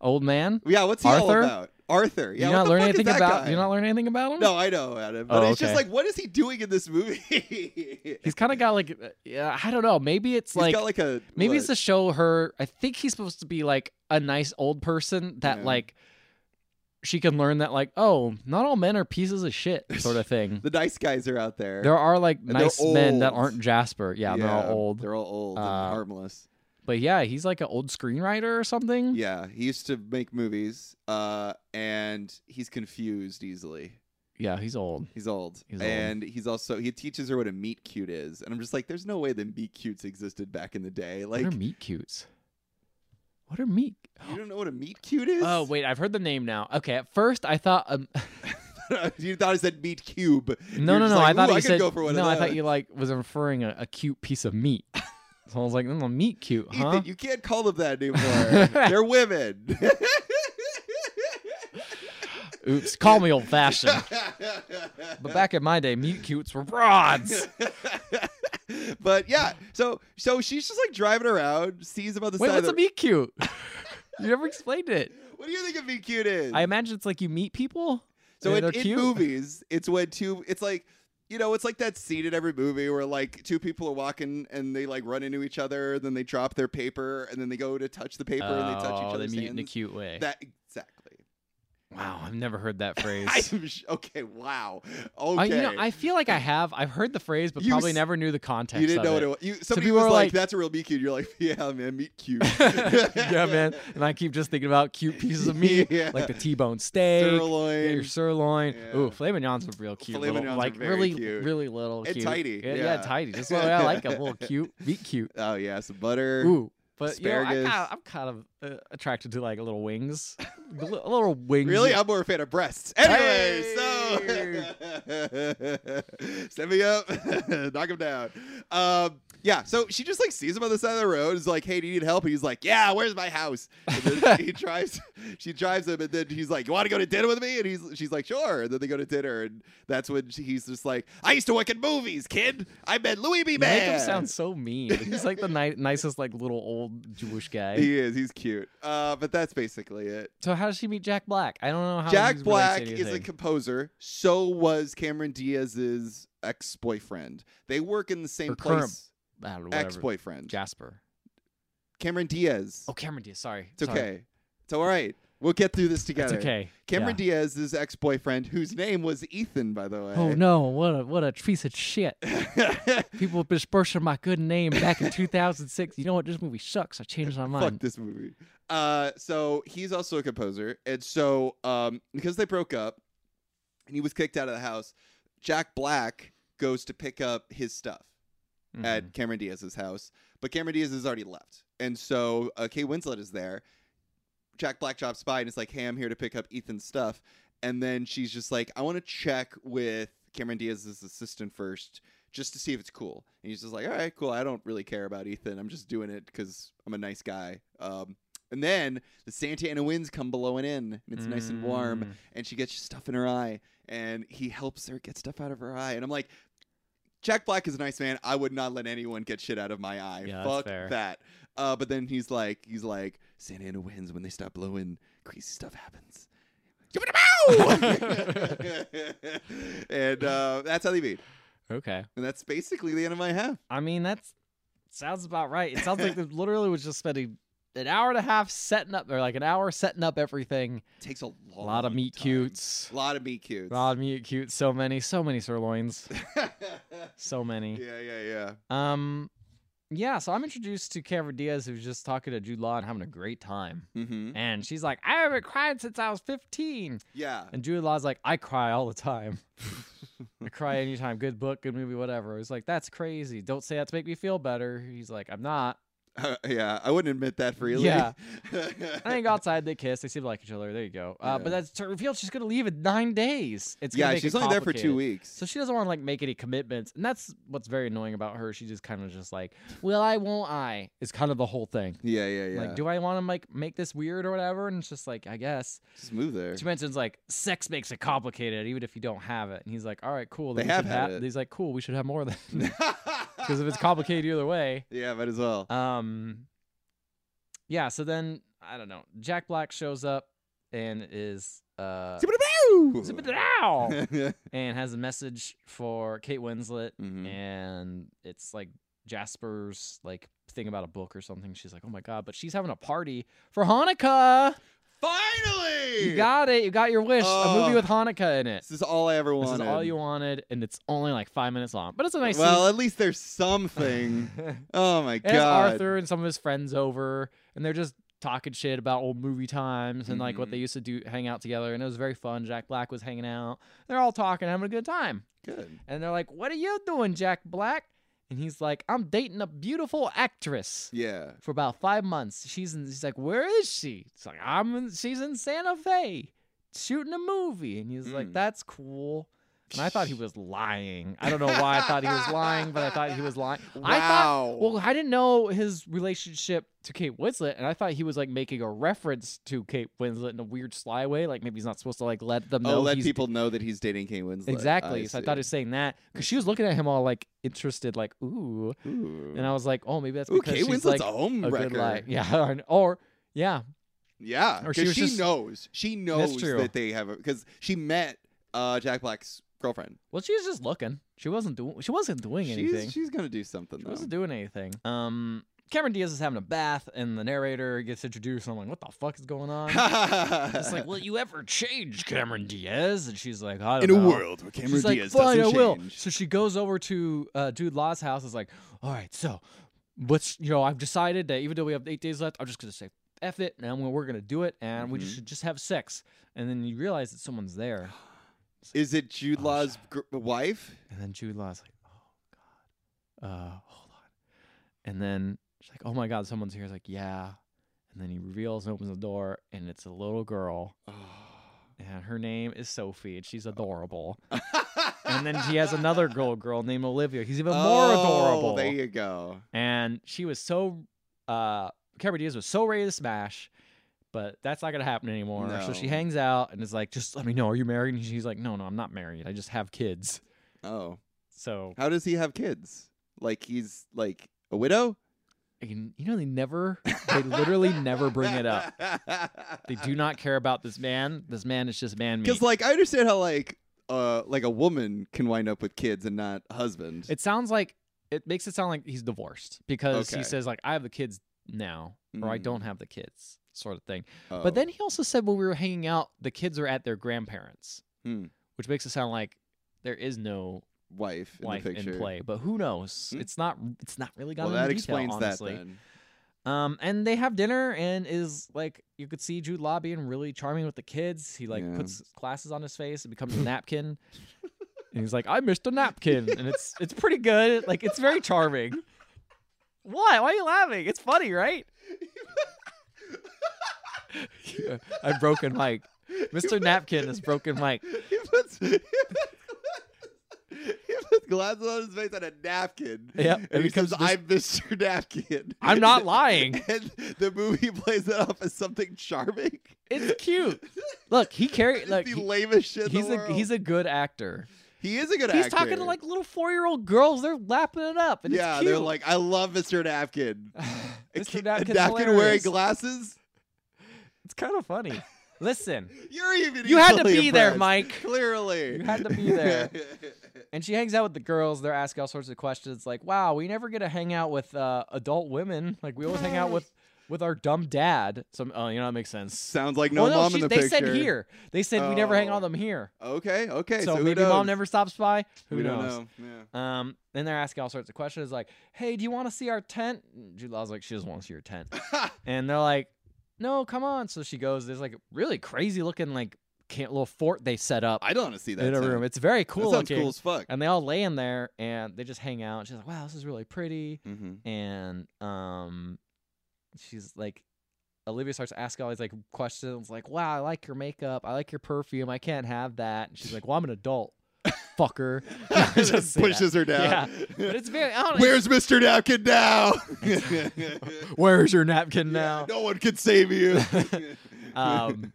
[SPEAKER 2] old man?
[SPEAKER 1] Yeah. What's he all
[SPEAKER 2] Arthur?
[SPEAKER 1] about? Arthur. Yeah.
[SPEAKER 2] you're
[SPEAKER 1] what
[SPEAKER 2] not
[SPEAKER 1] the
[SPEAKER 2] learning
[SPEAKER 1] fuck is
[SPEAKER 2] anything
[SPEAKER 1] that
[SPEAKER 2] about.
[SPEAKER 1] guy?
[SPEAKER 2] You're not learning anything about him.
[SPEAKER 1] No, I know, Adam. But
[SPEAKER 2] Oh,
[SPEAKER 1] it's just
[SPEAKER 2] okay.
[SPEAKER 1] like, what is he doing in this [laughs] movie?
[SPEAKER 2] he's kind of got like, uh, yeah, I don't know. Maybe it's
[SPEAKER 1] He's
[SPEAKER 2] like,
[SPEAKER 1] got like a
[SPEAKER 2] maybe
[SPEAKER 1] what?
[SPEAKER 2] it's to show her. I think he's supposed to be like a nice old person that
[SPEAKER 1] Yeah.
[SPEAKER 2] like she can learn that like, oh, not all men are pieces of
[SPEAKER 1] [laughs]
[SPEAKER 2] shit, sort of thing.
[SPEAKER 1] the nice guys are out there.
[SPEAKER 2] There are like
[SPEAKER 1] They're
[SPEAKER 2] nice men that
[SPEAKER 1] old.
[SPEAKER 2] aren't Jasper. Yeah, they're all old.
[SPEAKER 1] They're all old and
[SPEAKER 2] Uh,
[SPEAKER 1] harmless.
[SPEAKER 2] But yeah, he's like an old screenwriter or something.
[SPEAKER 1] Yeah, he used to make movies, uh, and he's confused easily.
[SPEAKER 2] Yeah, he's old.
[SPEAKER 1] He's old,
[SPEAKER 2] He's old.
[SPEAKER 1] and he's also he teaches her what a meat cute is, and I'm just like, there's no way that meat cutes existed back in the day. Like,
[SPEAKER 2] what are meat cutes? What are meat?
[SPEAKER 1] you don't know what a meat cute is?
[SPEAKER 2] Oh wait, I've heard the name now. Okay, at first I thought
[SPEAKER 1] [laughs]
[SPEAKER 2] um, [laughs]
[SPEAKER 1] you thought I said meat cube. You
[SPEAKER 2] no,
[SPEAKER 1] were
[SPEAKER 2] no,
[SPEAKER 1] just
[SPEAKER 2] no.
[SPEAKER 1] like,
[SPEAKER 2] I thought
[SPEAKER 1] "Ooh,
[SPEAKER 2] you
[SPEAKER 1] I could
[SPEAKER 2] said
[SPEAKER 1] go for one of
[SPEAKER 2] no. I thought
[SPEAKER 1] those."
[SPEAKER 2] you like was inferring a, a cute piece
[SPEAKER 1] [laughs]
[SPEAKER 2] of meat. So I was like, mm, a meat cute, huh?
[SPEAKER 1] Ethan, you can't call them that
[SPEAKER 2] [laughs]
[SPEAKER 1] anymore. They're women.
[SPEAKER 2] Oops, call me old
[SPEAKER 1] [laughs]
[SPEAKER 2] fashioned. [laughs] But back in my day, meat cutes were
[SPEAKER 1] [laughs]
[SPEAKER 2] broads.
[SPEAKER 1] but yeah, so so she's just like driving around, sees about the
[SPEAKER 2] Wait,
[SPEAKER 1] side.
[SPEAKER 2] what's
[SPEAKER 1] of
[SPEAKER 2] a meat cute? [laughs] you never explained it.
[SPEAKER 1] the- What do you think of being cute is?
[SPEAKER 2] I imagine it's like you meet people.
[SPEAKER 1] so
[SPEAKER 2] and
[SPEAKER 1] in,
[SPEAKER 2] they're
[SPEAKER 1] in
[SPEAKER 2] cute.
[SPEAKER 1] movies, it's when two. It's like you know, it's like that scene in every movie where like two people are walking and they like run into each other, then they drop their paper, and then they go to touch the paper and they touch each
[SPEAKER 2] Oh,
[SPEAKER 1] other's
[SPEAKER 2] they meet in a
[SPEAKER 1] hands.
[SPEAKER 2] cute way.
[SPEAKER 1] That exactly.
[SPEAKER 2] wow, I've never
[SPEAKER 1] [laughs]
[SPEAKER 2] heard that phrase.
[SPEAKER 1] I am sh- okay. Wow. Okay.
[SPEAKER 2] I, you know, I feel like I have. I've heard the phrase, but
[SPEAKER 1] You
[SPEAKER 2] probably
[SPEAKER 1] s-
[SPEAKER 2] never knew the context.
[SPEAKER 1] You didn't
[SPEAKER 2] of
[SPEAKER 1] know
[SPEAKER 2] it. [laughs]
[SPEAKER 1] what it was. You, somebody
[SPEAKER 2] people
[SPEAKER 1] was
[SPEAKER 2] were
[SPEAKER 1] like,
[SPEAKER 2] like-
[SPEAKER 1] "That's a real meat cute." You're like, [laughs] "Yeah, man, meat cute."
[SPEAKER 2] [laughs]
[SPEAKER 1] [laughs]
[SPEAKER 2] yeah, man. And I keep just thinking about cute pieces of meat,
[SPEAKER 1] Yeah.
[SPEAKER 2] like the T-bone steak, yeah,
[SPEAKER 1] Sirloin.
[SPEAKER 2] your sirloin.
[SPEAKER 1] Yeah.
[SPEAKER 2] Ooh, filet mignons are real cute,
[SPEAKER 1] Filet
[SPEAKER 2] little-
[SPEAKER 1] mignons are
[SPEAKER 2] like
[SPEAKER 1] very
[SPEAKER 2] really,
[SPEAKER 1] cute.
[SPEAKER 2] really little
[SPEAKER 1] And
[SPEAKER 2] cute.
[SPEAKER 1] tidy,
[SPEAKER 2] Yeah, yeah.
[SPEAKER 1] yeah. [laughs]
[SPEAKER 2] tidy. Just what I like 'em, a little cute, meat cute.
[SPEAKER 1] Oh yeah, some butter.
[SPEAKER 2] Ooh, but you know, I
[SPEAKER 1] Asparagus.
[SPEAKER 2] kinda, I'm kind of uh, attracted to like little wings, a li- a little wings.
[SPEAKER 1] Really, I'm more a fan of breasts. Anyway, [laughs] so send me up, [laughs] knock him down. Um, yeah, so she just like sees him on the side of the road. Is like, "Hey, do you need help?" And he's like, "Yeah, where's my house?" And
[SPEAKER 2] [laughs]
[SPEAKER 1] then he drives. She drives him, and then he's like, "You want to go to dinner with me?" And he's she's like, "Sure." And then they go to dinner, and that's when she- he's just like, "I used to work in movies, kid. I met Louis B.
[SPEAKER 2] You make
[SPEAKER 1] Man."
[SPEAKER 2] him sound so mean. He's like the ni- nicest, like little old Jewish guy.
[SPEAKER 1] he is. He's cute. Uh, but that's basically it.
[SPEAKER 2] So how does she meet Jack Black? I don't know how
[SPEAKER 1] Jack
[SPEAKER 2] he's related to
[SPEAKER 1] Black is a
[SPEAKER 2] anything.
[SPEAKER 1] composer. So was Cameron Diaz's ex-boyfriend. They work in the same
[SPEAKER 2] Or current-
[SPEAKER 1] place.
[SPEAKER 2] I don't know, whatever.
[SPEAKER 1] Ex-boyfriend.
[SPEAKER 2] Jasper.
[SPEAKER 1] Cameron Diaz.
[SPEAKER 2] Oh, Cameron Diaz. Sorry.
[SPEAKER 1] it's
[SPEAKER 2] Sorry.
[SPEAKER 1] okay. It's all right. We'll get through this
[SPEAKER 2] It's
[SPEAKER 1] together.
[SPEAKER 2] okay.
[SPEAKER 1] Cameron
[SPEAKER 2] yeah.
[SPEAKER 1] Diaz's ex-boyfriend, whose name was Ethan, by the way. [laughs]
[SPEAKER 2] Oh no! What a what a piece of shit. People dispersing my good name back in 2006. You know what? This movie sucks. I changed my
[SPEAKER 1] Fuck
[SPEAKER 2] mind.
[SPEAKER 1] this movie. Uh, so he's also a composer, and so um, because they broke up, and he was kicked out of the house, Jack Black goes to pick up his stuff.
[SPEAKER 2] Mhm.
[SPEAKER 1] at Cameron Diaz's house, but Cameron Diaz has already left, and so uh, Kay Winslet is there. Jack Black drops by and it's like, "Hey, I'm here to pick up Ethan's stuff," and then she's just like, "I want to check with Cameron Diaz's assistant first, just to see if it's cool." And he's just like, "All right, cool. I don't really care about Ethan. I'm just doing it because I'm a nice guy." Um, and then the Santa Ana winds come blowing in, and it's nice and warm
[SPEAKER 2] Mm.
[SPEAKER 1] and she gets stuff in her eye and he helps her get stuff out of her eye and i'm like jack black is a nice man i would not let anyone get shit out of my eye
[SPEAKER 2] Yeah, that's
[SPEAKER 1] fuck
[SPEAKER 2] fair.
[SPEAKER 1] that uh, but then he's like he's like santa ana wins when they stop blowing crazy stuff happens [laughs] and uh, that's how they meet
[SPEAKER 2] Okay.
[SPEAKER 1] and that's basically the end of my half.
[SPEAKER 2] I mean, that's sounds about right. It sounds
[SPEAKER 1] [laughs]
[SPEAKER 2] like they literally was just spending an hour and a half setting up, or like an hour setting up everything.
[SPEAKER 1] Takes a long
[SPEAKER 2] A lot of meat
[SPEAKER 1] time.
[SPEAKER 2] cutes.
[SPEAKER 1] A lot of meat cutes.
[SPEAKER 2] A lot of meat cutes. So many, so many sirloins. So many.
[SPEAKER 1] [laughs] yeah, yeah, [laughs] yeah.
[SPEAKER 2] Um, yeah. So I'm introduced to Cameron Diaz, who's just talking to Jude Law and having a great time.
[SPEAKER 1] Mm-hmm.
[SPEAKER 2] And she's like, I haven't cried since I was 15.
[SPEAKER 1] Yeah.
[SPEAKER 2] And Jude Law's like, I cry all the time.
[SPEAKER 1] [laughs]
[SPEAKER 2] I cry anytime. Good book, good movie, whatever. He's like, that's crazy. Don't say that to make me feel better. He's like, I'm not.
[SPEAKER 1] Uh, yeah, I wouldn't admit that freely. [laughs]
[SPEAKER 2] Yeah. I think outside they kiss. They seem to like each other. There you go. Uh,
[SPEAKER 1] Yeah.
[SPEAKER 2] But that's to reveal she's going to leave in nine days. It's gonna
[SPEAKER 1] yeah,
[SPEAKER 2] make
[SPEAKER 1] she's
[SPEAKER 2] it
[SPEAKER 1] only there for two
[SPEAKER 2] complicated.
[SPEAKER 1] weeks.
[SPEAKER 2] So she doesn't want to like make any commitments, and that's what's very annoying about her. She just kind of just like, "Will I? Won't I?" Is kind of the whole thing.
[SPEAKER 1] yeah, yeah, yeah.
[SPEAKER 2] Like, do I want to like make this weird or whatever? And it's just like, I guess.
[SPEAKER 1] Just move there.
[SPEAKER 2] She mentions like sex makes it complicated, even if you don't have it. And he's like, "All right, cool."
[SPEAKER 1] They
[SPEAKER 2] then we
[SPEAKER 1] have
[SPEAKER 2] should
[SPEAKER 1] had it.
[SPEAKER 2] He's like, "Cool, we should have more of that [laughs]
[SPEAKER 1] [laughs]
[SPEAKER 2] because
[SPEAKER 1] Because
[SPEAKER 2] if it's complicated either way."
[SPEAKER 1] Yeah, might as well.
[SPEAKER 2] Um, yeah. So then I don't know. Jack Black shows up and is uh
[SPEAKER 1] [laughs]
[SPEAKER 2] Zibidow! [laughs] and has a message for Kate Winslet,
[SPEAKER 1] Mhm.
[SPEAKER 2] and it's like Jasper's like thing about a book or something. She's like, oh my god, but she's having a party for Hanukkah.
[SPEAKER 1] Finally,
[SPEAKER 2] You got it. You got your wish. a
[SPEAKER 1] Oh.
[SPEAKER 2] movie with Hanukkah in it.
[SPEAKER 1] This is all I ever
[SPEAKER 2] This
[SPEAKER 1] wanted.
[SPEAKER 2] is all you wanted, and it's only like five minutes long, but it's a nice.
[SPEAKER 1] well,
[SPEAKER 2] scene.
[SPEAKER 1] at least there's
[SPEAKER 2] [laughs]
[SPEAKER 1] something.
[SPEAKER 2] it
[SPEAKER 1] oh my
[SPEAKER 2] has
[SPEAKER 1] god.
[SPEAKER 2] Arthur and some of his friends over, and they're just talking shit about old movie times and like what
[SPEAKER 1] Mhm.
[SPEAKER 2] they used to do, hang out together, and it was very fun. Jack Black was hanging out. They're all talking, having a good time.
[SPEAKER 1] Good.
[SPEAKER 2] And they're like, What are you doing, Jack Black? And he's like, I'm dating a beautiful actress
[SPEAKER 1] Yeah.
[SPEAKER 2] for about five months. She's in, he's like, Where is she? It's like, I'm in, she's in Santa Fe shooting a movie. And he's
[SPEAKER 1] Mm.
[SPEAKER 2] like, That's cool. And I thought he was lying. I don't know why I thought he was lying, but I thought he was lying. I thought
[SPEAKER 1] Wow.
[SPEAKER 2] well, I didn't know his relationship to Kate Winslet, and I thought he was like making a reference to Kate Winslet in a weird sly way. Like maybe he's not supposed to like let them know
[SPEAKER 1] oh, let
[SPEAKER 2] he's
[SPEAKER 1] people know that he's dating Kate Winslet.
[SPEAKER 2] Exactly. so I thought he was saying that because
[SPEAKER 1] Hmm.
[SPEAKER 2] she was looking at him all like interested, like ooh,
[SPEAKER 1] see. Ooh.
[SPEAKER 2] and I was like, oh, maybe that's
[SPEAKER 1] Ooh,
[SPEAKER 2] because
[SPEAKER 1] Kate
[SPEAKER 2] she's
[SPEAKER 1] Winslet's
[SPEAKER 2] like
[SPEAKER 1] a home
[SPEAKER 2] a
[SPEAKER 1] wrecker.
[SPEAKER 2] good lie. [laughs] Yeah, or- or yeah,
[SPEAKER 1] Yeah,
[SPEAKER 2] Or she
[SPEAKER 1] because
[SPEAKER 2] was
[SPEAKER 1] she,
[SPEAKER 2] just-
[SPEAKER 1] knows. She knows
[SPEAKER 2] true.
[SPEAKER 1] that they have because she met uh, Jack Black's girlfriend.
[SPEAKER 2] well, she was just looking. She wasn't doing. She wasn't doing anything.
[SPEAKER 1] She's, she's gonna do something.
[SPEAKER 2] She
[SPEAKER 1] though.
[SPEAKER 2] wasn't doing anything. Um, Cameron Diaz is having a bath, and the narrator gets introduced. And I'm like, what the fuck is going on?
[SPEAKER 1] [laughs]
[SPEAKER 2] It's like, will you ever change, Cameron Diaz? And she's like, I
[SPEAKER 1] in
[SPEAKER 2] don't
[SPEAKER 1] a
[SPEAKER 2] know.
[SPEAKER 1] world where Cameron
[SPEAKER 2] She's like,
[SPEAKER 1] Diaz
[SPEAKER 2] fine, I
[SPEAKER 1] doesn't
[SPEAKER 2] will.
[SPEAKER 1] change. [laughs]
[SPEAKER 2] So she goes over to uh, Dude Law's house. Is like, all right, so what's you know? I've decided that even though we have eight days left, I'm just gonna say f it, and I'm gonna- we're gonna do it, and we
[SPEAKER 1] Mhm.
[SPEAKER 2] just should just have sex. And then you realize that someone's there,
[SPEAKER 1] Is it Jude
[SPEAKER 2] Oh,
[SPEAKER 1] Law's gr- wife?
[SPEAKER 2] and then Jude Law's like, oh god, uh, hold on. And then she's like, oh my god, someone's here. He's like, yeah. And then he reveals and opens the door, and it's a little girl, and her name is Sophie, and she's adorable. [laughs] and then she
[SPEAKER 1] [laughs]
[SPEAKER 2] has another girl girl named Olivia. He's even more adorable.
[SPEAKER 1] Oh, There you go.
[SPEAKER 2] and she was so uh Cameron Diaz was so ready to smash, but that's not gonna happen anymore. So she
[SPEAKER 1] No.
[SPEAKER 2] hangs out and is like, just let me know, are you married? And she's like, No, no, I'm not married. I just have kids.
[SPEAKER 1] Oh,
[SPEAKER 2] So
[SPEAKER 1] how does he have kids? Like he's like a widow.
[SPEAKER 2] and, you know, they never they literally never bring
[SPEAKER 1] [laughs]
[SPEAKER 2] it up. They do not care about this man. This man is just man meat.
[SPEAKER 1] Because like I understand how like uh like a woman can wind up with kids and not husband.
[SPEAKER 2] It sounds like it makes it sound like he's divorced because
[SPEAKER 1] Okay.
[SPEAKER 2] he says like I have the kids now or I
[SPEAKER 1] Mm.
[SPEAKER 2] don't have the kids sort of thing.
[SPEAKER 1] Oh.
[SPEAKER 2] But then he also said when we were hanging out, the kids are at their grandparents,
[SPEAKER 1] Hmm.
[SPEAKER 2] which makes it sound like there is no
[SPEAKER 1] wife in
[SPEAKER 2] wife
[SPEAKER 1] the
[SPEAKER 2] in,
[SPEAKER 1] picture.
[SPEAKER 2] play. But who knows?
[SPEAKER 1] Hmm.
[SPEAKER 2] It's not. It's not really
[SPEAKER 1] Well,
[SPEAKER 2] gotten
[SPEAKER 1] that
[SPEAKER 2] into detail,
[SPEAKER 1] explains
[SPEAKER 2] honestly.
[SPEAKER 1] that then.
[SPEAKER 2] Um, and they have dinner and is like you could see Jude Law being really charming with the kids. He like
[SPEAKER 1] Yeah.
[SPEAKER 2] [laughs] puts glasses on his face and becomes a napkin. And [laughs] he's like, I missed a napkin, and it's it's pretty good. Like it's very charming. Why? Why are you laughing? It's funny, right? Yeah, I've broken Mike.
[SPEAKER 1] [laughs]
[SPEAKER 2] Mr. Napkin is broken Mike.
[SPEAKER 1] He puts, [laughs] he puts, he puts glasses on his face and a napkin.
[SPEAKER 2] Yep,
[SPEAKER 1] And,
[SPEAKER 2] and
[SPEAKER 1] he
[SPEAKER 2] becomes
[SPEAKER 1] says, I'm Mr. Napkin.
[SPEAKER 2] I'm
[SPEAKER 1] [laughs]
[SPEAKER 2] [laughs] not lying.
[SPEAKER 1] And the movie [laughs] plays that off as something charming.
[SPEAKER 2] It's cute. Look, he carried
[SPEAKER 1] It's
[SPEAKER 2] like
[SPEAKER 1] the
[SPEAKER 2] he-
[SPEAKER 1] lamest shit in
[SPEAKER 2] he's
[SPEAKER 1] the
[SPEAKER 2] a
[SPEAKER 1] world.
[SPEAKER 2] he's a good actor.
[SPEAKER 1] he is a good
[SPEAKER 2] he's
[SPEAKER 1] actor.
[SPEAKER 2] talking to like little four year old girls. They're lapping it up, and
[SPEAKER 1] yeah,
[SPEAKER 2] it's cute.
[SPEAKER 1] they're
[SPEAKER 2] [laughs]
[SPEAKER 1] like, I love Mr. Napkin. A ki-
[SPEAKER 2] Mr.
[SPEAKER 1] a
[SPEAKER 2] Napkin's
[SPEAKER 1] napkin wearing
[SPEAKER 2] hilarious.
[SPEAKER 1] glasses. [laughs]
[SPEAKER 2] It's kind of funny. Listen,
[SPEAKER 1] You're even.
[SPEAKER 2] you had to
[SPEAKER 1] easily
[SPEAKER 2] be there,
[SPEAKER 1] impressed.
[SPEAKER 2] Mike.
[SPEAKER 1] Clearly,
[SPEAKER 2] You had to be there. And she hangs out with the girls. They're asking all sorts of questions, like, "Wow, we never get to hang out with uh, adult women. Like we always hang out with with our dumb dad." Some, oh, you know, that makes sense.
[SPEAKER 1] [laughs] Sounds like [laughs] no
[SPEAKER 2] Well,
[SPEAKER 1] mom
[SPEAKER 2] she-
[SPEAKER 1] in the
[SPEAKER 2] they
[SPEAKER 1] picture.
[SPEAKER 2] said here. They said we never hang
[SPEAKER 1] Oh.
[SPEAKER 2] out with them here.
[SPEAKER 1] Okay, okay.
[SPEAKER 2] so
[SPEAKER 1] who
[SPEAKER 2] maybe
[SPEAKER 1] knows?
[SPEAKER 2] mom never stops by. Who
[SPEAKER 1] we
[SPEAKER 2] knows?
[SPEAKER 1] don't know. Yeah.
[SPEAKER 2] Um, then they're asking all sorts of questions like, "Hey, do you want to see our tent?" And Jude Law's like, "She doesn't want to see your tent," and they're like, "No, come on." So she goes. There's like a really crazy looking like camp, little fort they set up
[SPEAKER 1] [laughs] I don't want to see that
[SPEAKER 2] in a
[SPEAKER 1] tent.
[SPEAKER 2] room. It's very cool
[SPEAKER 1] that sounds
[SPEAKER 2] looking.
[SPEAKER 1] cool as fuck. [laughs]
[SPEAKER 2] And they all lay in there and they just hang out. She's like, "Wow, this is really pretty,"
[SPEAKER 1] [laughs]
[SPEAKER 2] [laughs]
[SPEAKER 1] Mm-hmm.
[SPEAKER 2] and um, she's like. Olivia starts asking all these like questions like, "Wow, I like your makeup. I like your perfume. I can't have that." And she's like, "Well, I'm
[SPEAKER 1] [laughs]
[SPEAKER 2] an adult, fucker." Just
[SPEAKER 1] Just
[SPEAKER 2] say that.
[SPEAKER 1] pushes her down. [laughs]
[SPEAKER 2] But it's very. I don't know,
[SPEAKER 1] Where's Mr. Napkin
[SPEAKER 2] [laughs]
[SPEAKER 1] now? [laughs]
[SPEAKER 2] Where's your napkin
[SPEAKER 1] Yeah, no one can save you.
[SPEAKER 2] [laughs]
[SPEAKER 1] [laughs]
[SPEAKER 2] Um,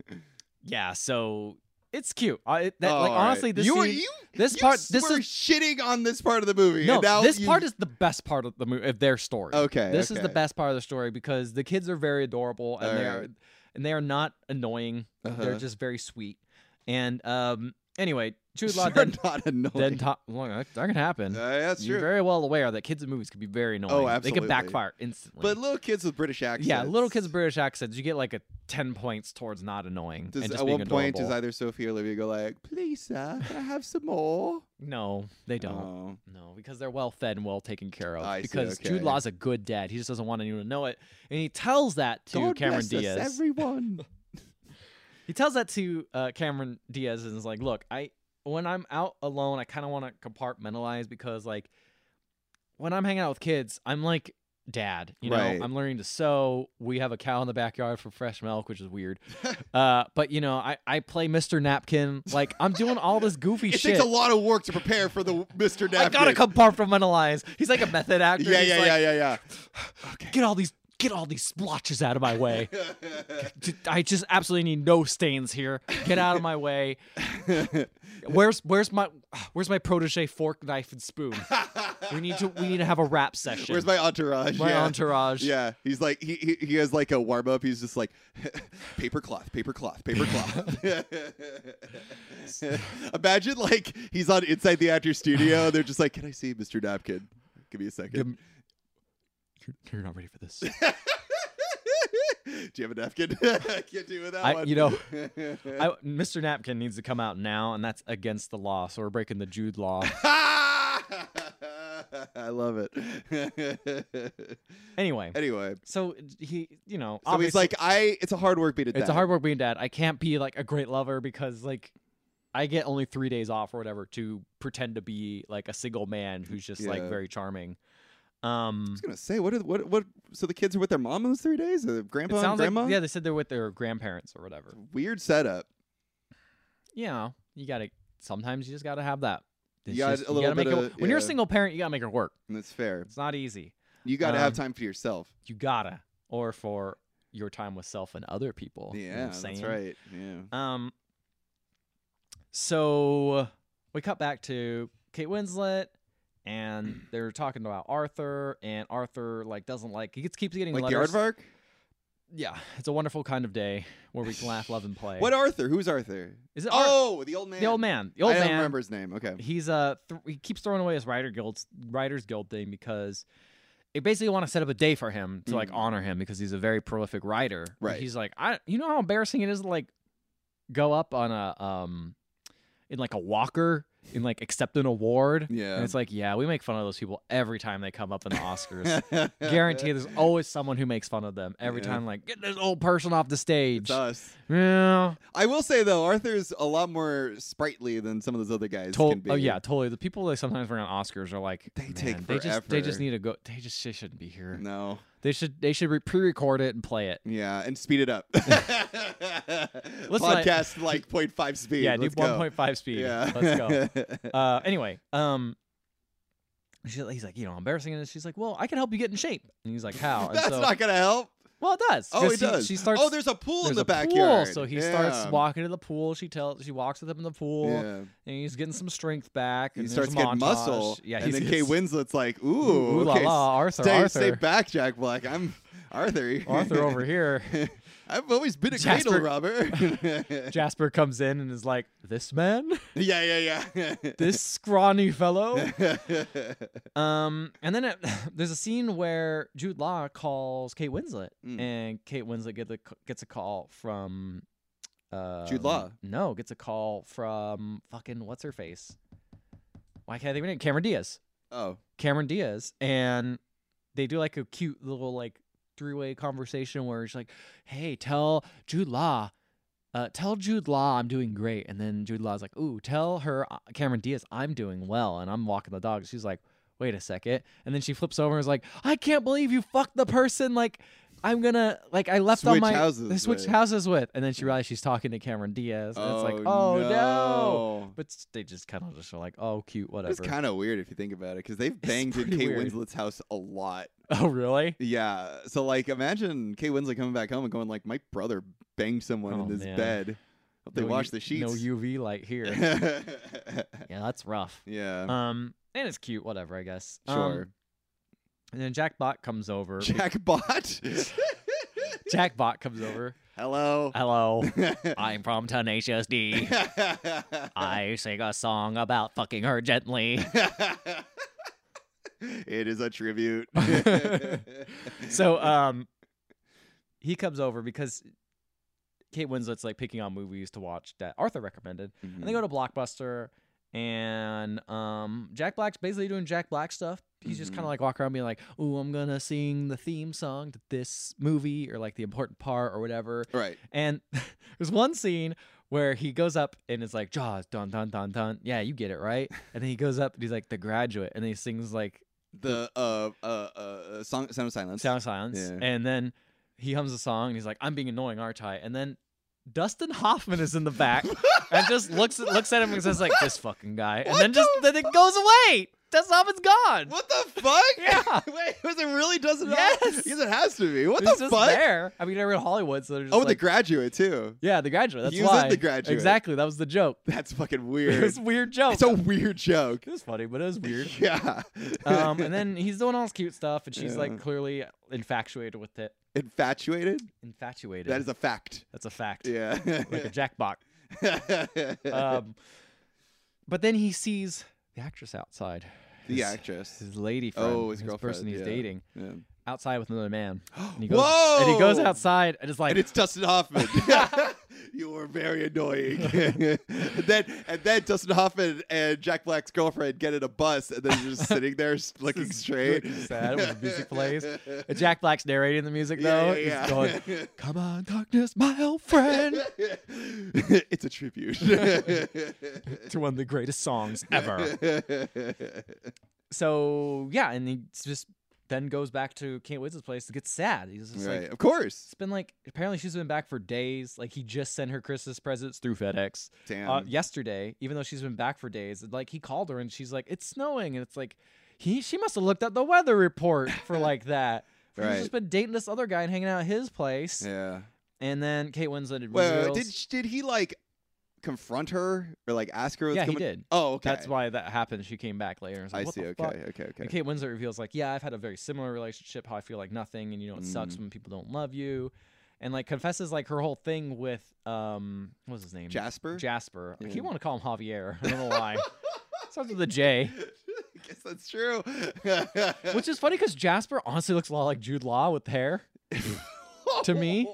[SPEAKER 2] Yeah, so it's cute. I, it, that,
[SPEAKER 1] All
[SPEAKER 2] like
[SPEAKER 1] right.
[SPEAKER 2] honestly, this
[SPEAKER 1] you were
[SPEAKER 2] scene-
[SPEAKER 1] you,
[SPEAKER 2] this
[SPEAKER 1] you
[SPEAKER 2] part, this
[SPEAKER 1] were
[SPEAKER 2] is
[SPEAKER 1] shitting on this part of the movie.
[SPEAKER 2] no,
[SPEAKER 1] and now
[SPEAKER 2] this
[SPEAKER 1] you-
[SPEAKER 2] part is the best part of the movie of their story.
[SPEAKER 1] okay.
[SPEAKER 2] this is the
[SPEAKER 1] okay.
[SPEAKER 2] best part of the story because the kids are very adorable and
[SPEAKER 1] All
[SPEAKER 2] they're
[SPEAKER 1] right.
[SPEAKER 2] and they are not annoying. They're
[SPEAKER 1] Uh-huh.
[SPEAKER 2] just very sweet. And um, anyway,
[SPEAKER 1] [laughs]
[SPEAKER 2] Jude Law
[SPEAKER 1] They're
[SPEAKER 2] then,
[SPEAKER 1] not annoying.
[SPEAKER 2] then top. Well, that, that can happen.
[SPEAKER 1] Uh, that's
[SPEAKER 2] You're
[SPEAKER 1] true. Oh,
[SPEAKER 2] very well aware that kids in movies can be very annoying. They
[SPEAKER 1] absolutely.
[SPEAKER 2] can backfire instantly.
[SPEAKER 1] but little kids with British accents.
[SPEAKER 2] Yeah, little kids with British accents, you get like a ten points towards not annoying.
[SPEAKER 1] Does,
[SPEAKER 2] and just
[SPEAKER 1] at
[SPEAKER 2] being
[SPEAKER 1] one point, does
[SPEAKER 2] adorable.
[SPEAKER 1] either Sophie or Olivia go like, "Please, sir, can I have some more"?
[SPEAKER 2] No, they don't.
[SPEAKER 1] Oh.
[SPEAKER 2] No, because they're well fed and well taken care of.
[SPEAKER 1] I see,
[SPEAKER 2] because
[SPEAKER 1] okay.
[SPEAKER 2] Jude Law's a good dad. He just doesn't want anyone to know it. And he tells that to
[SPEAKER 1] God
[SPEAKER 2] Cameron
[SPEAKER 1] bless
[SPEAKER 2] Diaz.
[SPEAKER 1] us,
[SPEAKER 2] [laughs]
[SPEAKER 1] everyone.
[SPEAKER 2] he tells that to uh, Cameron Diaz and is like, look, I when I'm out alone, I kind of want to compartmentalize because like when I'm hanging out with kids, I'm like dad. You know,
[SPEAKER 1] Right.
[SPEAKER 2] I'm learning to sew. We have a cow in the backyard for fresh milk, which
[SPEAKER 1] [laughs]
[SPEAKER 2] is weird. uh, but you know, I I play Mr. Napkin. Like I'm doing all
[SPEAKER 1] [laughs]
[SPEAKER 2] this goofy
[SPEAKER 1] It
[SPEAKER 2] shit.
[SPEAKER 1] takes a lot of work to prepare for the [laughs] Mr. Napkin.
[SPEAKER 2] I gotta [laughs] compartmentalize. He's like a method actor.
[SPEAKER 1] Yeah,
[SPEAKER 2] He's
[SPEAKER 1] yeah,
[SPEAKER 2] like,
[SPEAKER 1] yeah, yeah,
[SPEAKER 2] Get all these get all these splotches out of
[SPEAKER 1] [laughs]
[SPEAKER 2] my way.
[SPEAKER 1] yeah.
[SPEAKER 2] J- I just absolutely need no stains here. Get out of
[SPEAKER 1] [laughs]
[SPEAKER 2] my way. Where's where's my where's my protege fork, knife, and spoon? We need to we need to have a rap session.
[SPEAKER 1] Where's my entourage?
[SPEAKER 2] My
[SPEAKER 1] yeah.
[SPEAKER 2] entourage?
[SPEAKER 1] Yeah, he's like he he, he has like a warm up. He's just like [laughs] paper cloth, paper cloth, [laughs] paper cloth. Imagine like he's on Inside the Actor Studio. They're just like, "Can I see Mr. Napkin? Give me a
[SPEAKER 2] Give
[SPEAKER 1] second.
[SPEAKER 2] him- You're, you're not ready for this.
[SPEAKER 1] [laughs] Do you have a napkin? [laughs] I can't do without
[SPEAKER 2] I-
[SPEAKER 1] one. [laughs]
[SPEAKER 2] you know, [laughs] I, Mr. Napkin needs to come out now, and that's against the law. So we're breaking the Jude law.
[SPEAKER 1] I love it.
[SPEAKER 2] Anyway,
[SPEAKER 1] [laughs] anyway, so
[SPEAKER 2] so he, you know,
[SPEAKER 1] he's
[SPEAKER 2] obviously-
[SPEAKER 1] like, I. It's a hard work beat at
[SPEAKER 2] It's a hard work being dad. I can't be like a great lover because like I get only three days off or whatever to pretend to be like a single man who's just like
[SPEAKER 1] Yeah.
[SPEAKER 2] very charming.
[SPEAKER 1] I
[SPEAKER 2] Um
[SPEAKER 1] was gonna say, what? Are, what? What? So the kids are with their mom those three days, or
[SPEAKER 2] it
[SPEAKER 1] grandpa and
[SPEAKER 2] sounds like
[SPEAKER 1] grandma.
[SPEAKER 2] yeah, they said they're with their grandparents or whatever.
[SPEAKER 1] Weird setup.
[SPEAKER 2] You know, you gotta sometimes you just gotta have that.
[SPEAKER 1] You
[SPEAKER 2] It's
[SPEAKER 1] got
[SPEAKER 2] just-
[SPEAKER 1] a little
[SPEAKER 2] gotta make
[SPEAKER 1] bit
[SPEAKER 2] it,
[SPEAKER 1] of-
[SPEAKER 2] when you're a
[SPEAKER 1] yeah.
[SPEAKER 2] single parent, you gotta make it work.
[SPEAKER 1] And that's fair.
[SPEAKER 2] It's not easy.
[SPEAKER 1] You got to have
[SPEAKER 2] Um,
[SPEAKER 1] time for yourself.
[SPEAKER 2] You gotta. Or for your time with self and other people. you know what
[SPEAKER 1] Yeah,
[SPEAKER 2] I'm
[SPEAKER 1] that's
[SPEAKER 2] saying?
[SPEAKER 1] right. Yeah.
[SPEAKER 2] Um. So uh, we cut back to Kate Winslet,
[SPEAKER 1] [clears throat]
[SPEAKER 2] and they're talking about Arthur, and Arthur like doesn't like he gets keeps getting
[SPEAKER 1] Like
[SPEAKER 2] letters.
[SPEAKER 1] the Aardvark?
[SPEAKER 2] Yeah, it's a wonderful kind of day where we can laugh, love, and play.
[SPEAKER 1] What Arthur? Who's Arthur?
[SPEAKER 2] is it? Ar-
[SPEAKER 1] Oh, the old man.
[SPEAKER 2] the old man. The old
[SPEAKER 1] I
[SPEAKER 2] man.
[SPEAKER 1] don't remember his name. Okay.
[SPEAKER 2] He's uh th- he keeps throwing away his writer guild writers guild thing because they basically want to set up a day for him to like
[SPEAKER 1] Mhm.
[SPEAKER 2] honor him because he's a very prolific writer. But
[SPEAKER 1] Right.
[SPEAKER 2] He's like I you know how embarrassing it is to like go up on a um in like a walker and like accept an award. And
[SPEAKER 1] Yeah.
[SPEAKER 2] it's like, yeah, we make fun of those people every time they come up in the
[SPEAKER 1] [laughs]
[SPEAKER 2] Oscars. Guarantee there's always someone who makes fun of them every
[SPEAKER 1] Yeah.
[SPEAKER 2] time, like, get this old person off the
[SPEAKER 1] [laughs]
[SPEAKER 2] stage.
[SPEAKER 1] It's uh, us.
[SPEAKER 2] Yeah.
[SPEAKER 1] I will say though, Arthur's a lot more sprightly than some of those other guys
[SPEAKER 2] Tol-
[SPEAKER 1] can be.
[SPEAKER 2] Oh yeah, totally. The people that sometimes bring on Oscars are like
[SPEAKER 1] They
[SPEAKER 2] "Man,
[SPEAKER 1] take
[SPEAKER 2] They just they just
[SPEAKER 1] forever."
[SPEAKER 2] need to go. They just they shouldn't be here.
[SPEAKER 1] No.
[SPEAKER 2] They should they should re- pre-record it and play it.
[SPEAKER 1] Yeah, and speed it
[SPEAKER 2] [laughs]
[SPEAKER 1] up. [laughs] Podcast like 0.5 speed.
[SPEAKER 2] yeah,
[SPEAKER 1] Let's
[SPEAKER 2] do
[SPEAKER 1] go.
[SPEAKER 2] 1.5 speed.
[SPEAKER 1] Yeah.
[SPEAKER 2] Let's
[SPEAKER 1] [laughs]
[SPEAKER 2] go. Uh, anyway, um, she, he's like, you know, embarrassing, and she's like, well, I can help you get in shape, and
[SPEAKER 1] [laughs]
[SPEAKER 2] he's like, how? And
[SPEAKER 1] That's
[SPEAKER 2] so,
[SPEAKER 1] not gonna help.
[SPEAKER 2] well, it does.
[SPEAKER 1] Oh,
[SPEAKER 2] 'cause
[SPEAKER 1] it
[SPEAKER 2] he-
[SPEAKER 1] does.
[SPEAKER 2] She starts.
[SPEAKER 1] oh, there's a pool in
[SPEAKER 2] there's
[SPEAKER 1] the
[SPEAKER 2] a pool,
[SPEAKER 1] backyard.
[SPEAKER 2] so he
[SPEAKER 1] yeah.
[SPEAKER 2] starts walking to the pool. She tells she walks with him in the pool,
[SPEAKER 1] Yeah.
[SPEAKER 2] and he's getting some strength back.
[SPEAKER 1] He
[SPEAKER 2] and there's
[SPEAKER 1] starts
[SPEAKER 2] a
[SPEAKER 1] getting
[SPEAKER 2] montage.
[SPEAKER 1] muscle.
[SPEAKER 2] Yeah,
[SPEAKER 1] and
[SPEAKER 2] he's
[SPEAKER 1] then Kay
[SPEAKER 2] gets-
[SPEAKER 1] Winslet's like, ooh,
[SPEAKER 2] Ooh,
[SPEAKER 1] okay,
[SPEAKER 2] la la, Arthur,
[SPEAKER 1] stay,
[SPEAKER 2] Arthur.
[SPEAKER 1] stay back, Jack Black. I'm Arthur.
[SPEAKER 2] Arthur over here.
[SPEAKER 1] [laughs] I've always been a
[SPEAKER 2] Jasper-
[SPEAKER 1] cradle robber. yeah,
[SPEAKER 2] [laughs] Jasper comes in and is like, "This [laughs] man,
[SPEAKER 1] [laughs] yeah, yeah. [laughs]
[SPEAKER 2] this scrawny [laughs] fellow."
[SPEAKER 1] mm-hmm.
[SPEAKER 2] Um, and then it, [laughs] there's a scene where Jude Law calls Kate Winslet,
[SPEAKER 1] Mm.
[SPEAKER 2] and Kate Winslet gets a c- gets a call from uh,
[SPEAKER 1] Law.
[SPEAKER 2] No, gets a call from fucking what's her face? Why can't I think of her name? Cameron Diaz.
[SPEAKER 1] Oh,
[SPEAKER 2] Cameron Diaz, and they do like a cute little like three way conversation where she's like, "Hey, tell Jude Law." Uh, tell Jude Law I'm doing great, and then Jude Law's like, "Ooh, tell her uh, Cameron Diaz I'm doing well, and I'm walking the dog." She's like, "Wait a second. and then she flips over and is like, "I can't believe you fucked the person like I'm gonna like I left on
[SPEAKER 1] Switch
[SPEAKER 2] my
[SPEAKER 1] houses
[SPEAKER 2] I switched
[SPEAKER 1] with."
[SPEAKER 2] houses with," and then she realizes she's talking to Cameron Diaz, and it's like, "Oh no!" But s- they just kind of just are like, "Oh, cute, whatever."
[SPEAKER 1] It's kind of weird if you think about it because they've banged at
[SPEAKER 2] pretty
[SPEAKER 1] Kate
[SPEAKER 2] weird.
[SPEAKER 1] Winslet's house a lot.
[SPEAKER 2] [laughs] oh, really?
[SPEAKER 1] Yeah. So like imagine Kate Winslet coming back home and going like, my brother banged someone
[SPEAKER 2] Oh,
[SPEAKER 1] in this
[SPEAKER 2] man.
[SPEAKER 1] bed. Hope they
[SPEAKER 2] No
[SPEAKER 1] wash
[SPEAKER 2] U-
[SPEAKER 1] the sheets. [laughs]
[SPEAKER 2] No UV light here. yeah, that's rough.
[SPEAKER 1] yeah.
[SPEAKER 2] Um, and it's cute, whatever, I guess. Um,
[SPEAKER 1] sure.
[SPEAKER 2] and then Jack Bot comes over.
[SPEAKER 1] Jackbot.
[SPEAKER 2] [laughs] Jack Bot comes over.
[SPEAKER 1] [laughs] Hello.
[SPEAKER 2] [laughs] Hello, I'm from Tenacious D. I sing a song about fucking her gently.
[SPEAKER 1] [laughs] it is a tribute.
[SPEAKER 2] [laughs] So, um, he comes over because Kate Winslet's like picking on movies to watch that Arthur recommended. And
[SPEAKER 1] Mm-hmm.
[SPEAKER 2] they go to Blockbuster, and um, Jack Black's basically doing Jack Black stuff. He's just
[SPEAKER 1] Mhm.
[SPEAKER 2] kind of like walking around being like, "Ooh, I'm gonna sing the theme song to this movie or like the important part or whatever."
[SPEAKER 1] right.
[SPEAKER 2] And [laughs] there's one scene where he goes up and it's like Jaws, dun dun dun dun. Yeah, you get it right. And then he goes up and he's like The Graduate, and then he sings like
[SPEAKER 1] The uh uh uh song sound of silence.
[SPEAKER 2] Sound of Silence,
[SPEAKER 1] Yeah.
[SPEAKER 2] and then he hums a song and he's like, "I'm being annoying, aren't I?" And then Dustin Hoffman is in the
[SPEAKER 1] [laughs]
[SPEAKER 2] back. and just looks looks at him and says like this fucking guy, and
[SPEAKER 1] What
[SPEAKER 2] then just
[SPEAKER 1] the
[SPEAKER 2] then it goes away. Dustin Hoffman's gone.
[SPEAKER 1] What the fuck?
[SPEAKER 2] Yeah.
[SPEAKER 1] [laughs] Wait, was it really doesn't?
[SPEAKER 2] Yes.
[SPEAKER 1] Because it has to be. What
[SPEAKER 2] He's
[SPEAKER 1] the
[SPEAKER 2] just
[SPEAKER 1] fuck?
[SPEAKER 2] there. I mean, they're in Hollywood, so they're just
[SPEAKER 1] Oh, the
[SPEAKER 2] like,
[SPEAKER 1] graduate too.
[SPEAKER 2] yeah, the graduate. That's
[SPEAKER 1] He was in
[SPEAKER 2] why
[SPEAKER 1] The Graduate.
[SPEAKER 2] Exactly, that was the joke. [laughs]
[SPEAKER 1] That's fucking
[SPEAKER 2] It was
[SPEAKER 1] weird.
[SPEAKER 2] a weird joke.
[SPEAKER 1] It's a weird joke.
[SPEAKER 2] it was funny, but it
[SPEAKER 1] [laughs]
[SPEAKER 2] was weird.
[SPEAKER 1] Yeah. [laughs]
[SPEAKER 2] um, and then he's doing all this cute stuff, and she's
[SPEAKER 1] Yeah.
[SPEAKER 2] like clearly infatuated with it.
[SPEAKER 1] infatuated.
[SPEAKER 2] Infatuated.
[SPEAKER 1] That is a fact.
[SPEAKER 2] that's a fact.
[SPEAKER 1] Yeah. [laughs]
[SPEAKER 2] Like a jackpot.
[SPEAKER 1] the
[SPEAKER 2] Um, but then he sees the actress outside. His-
[SPEAKER 1] actress.
[SPEAKER 2] his lady friend,
[SPEAKER 1] Oh, his
[SPEAKER 2] person
[SPEAKER 1] girlfriend,
[SPEAKER 2] he's
[SPEAKER 1] yeah.
[SPEAKER 2] dating,
[SPEAKER 1] Yeah.
[SPEAKER 2] outside with
[SPEAKER 1] [gasps]
[SPEAKER 2] another man. And he goes,
[SPEAKER 1] Whoa!
[SPEAKER 2] And he goes outside and is like,
[SPEAKER 1] and it's Dustin
[SPEAKER 2] [laughs]
[SPEAKER 1] Hoffman. [laughs] you were very annoying. [laughs] and then and then Dustin Hoffman and Jack Black's girlfriend get in a bus and then
[SPEAKER 2] [laughs]
[SPEAKER 1] just sitting there s- looking
[SPEAKER 2] is
[SPEAKER 1] straight.
[SPEAKER 2] really sad when the music plays.
[SPEAKER 1] [laughs]
[SPEAKER 2] and Jack Black's narrating the music though.
[SPEAKER 1] Yeah,
[SPEAKER 2] He's
[SPEAKER 1] yeah, [laughs]
[SPEAKER 2] going,
[SPEAKER 1] yeah.
[SPEAKER 2] "Come on, darkness, my
[SPEAKER 1] [laughs]
[SPEAKER 2] old friend," [laughs]
[SPEAKER 1] it's a [laughs] tribute.
[SPEAKER 2] to one of the greatest songs ever. so yeah, and he just then goes back to Kate Winslet's place to get sad. He's just
[SPEAKER 1] right,
[SPEAKER 2] like.
[SPEAKER 1] of course.
[SPEAKER 2] It's been like apparently she's been back for days. Like he just sent her Christmas presents through FedEx.
[SPEAKER 1] Damn.
[SPEAKER 2] uh, yesterday, even though she's been back for days. and, Like he called her and she's like, "It's snowing," and it's like he she must have looked at the weather report
[SPEAKER 1] [laughs]
[SPEAKER 2] for like that. She's
[SPEAKER 1] Right.
[SPEAKER 2] just been dating this other guy and hanging out at his place,
[SPEAKER 1] yeah.
[SPEAKER 2] and then Kate Winslet had
[SPEAKER 1] Well,
[SPEAKER 2] reveals-
[SPEAKER 1] did sh- did he like confront her or like ask her? What's
[SPEAKER 2] yeah he
[SPEAKER 1] coming?
[SPEAKER 2] did.
[SPEAKER 1] Oh, okay.
[SPEAKER 2] That's why that happened. She came back later. And was like,
[SPEAKER 1] I
[SPEAKER 2] "What
[SPEAKER 1] see.
[SPEAKER 2] the
[SPEAKER 1] Okay,
[SPEAKER 2] fuck?"
[SPEAKER 1] okay. Okay.
[SPEAKER 2] And Kate Winslet reveals like, "Yeah, I've had a very similar relationship. How I feel like nothing, and you know it sucks
[SPEAKER 1] Mm.
[SPEAKER 2] when people don't love you." And like confesses like her whole thing with um what was his name
[SPEAKER 1] Jasper. [laughs]
[SPEAKER 2] Jasper. I
[SPEAKER 1] Yeah.
[SPEAKER 2] keep wanting to call him Javier. I don't know
[SPEAKER 1] [laughs]
[SPEAKER 2] why. Starts with a J.
[SPEAKER 1] I guess that's true. [laughs]
[SPEAKER 2] Which is funny because Jasper honestly looks a lot like Jude Law with hair. to me,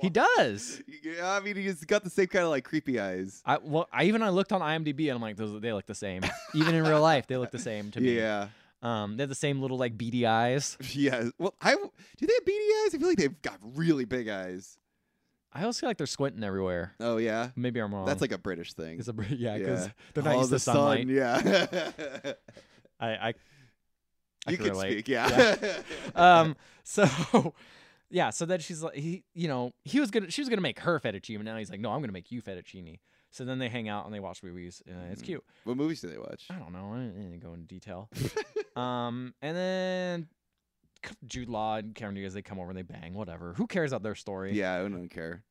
[SPEAKER 2] He does.
[SPEAKER 1] Yeah, I mean, he's got the same kind of like creepy eyes.
[SPEAKER 2] I well, I even I looked on IMDb and I'm like, those they look the same. Even in real life, they look the same to me.
[SPEAKER 1] Yeah,
[SPEAKER 2] Um, they have the same little like beady
[SPEAKER 1] [laughs]
[SPEAKER 2] eyes.
[SPEAKER 1] yeah. Well, I do they have beady eyes? I feel like they've got really big eyes.
[SPEAKER 2] I always feel like they're squinting everywhere.
[SPEAKER 1] Oh yeah,
[SPEAKER 2] Maybe I'm wrong.
[SPEAKER 1] that's like a British thing.
[SPEAKER 2] it's a br- yeah, because
[SPEAKER 1] Yeah.
[SPEAKER 2] they're not
[SPEAKER 1] oh,
[SPEAKER 2] used
[SPEAKER 1] the
[SPEAKER 2] to sunlight.
[SPEAKER 1] sun. Yeah,
[SPEAKER 2] I, I, [laughs] I
[SPEAKER 1] you
[SPEAKER 2] can
[SPEAKER 1] can
[SPEAKER 2] relate.
[SPEAKER 1] speak. [laughs] Yeah. [laughs]
[SPEAKER 2] Um, so. [laughs] Yeah, so then she's like, he, you know, he was gonna, she was gonna make her fettuccine, but now he's like, no, I'm gonna make you fettuccine. So then they hang out and they watch movies, and it's
[SPEAKER 1] Mhm.
[SPEAKER 2] cute.
[SPEAKER 1] what movies do they watch?
[SPEAKER 2] I don't know. I didn't, I didn't go into detail.
[SPEAKER 1] [laughs]
[SPEAKER 2] um, and then c- Jude Law and Cameron Diaz they come over and they bang. Whatever. Who cares about their story?
[SPEAKER 1] Yeah, I don't care.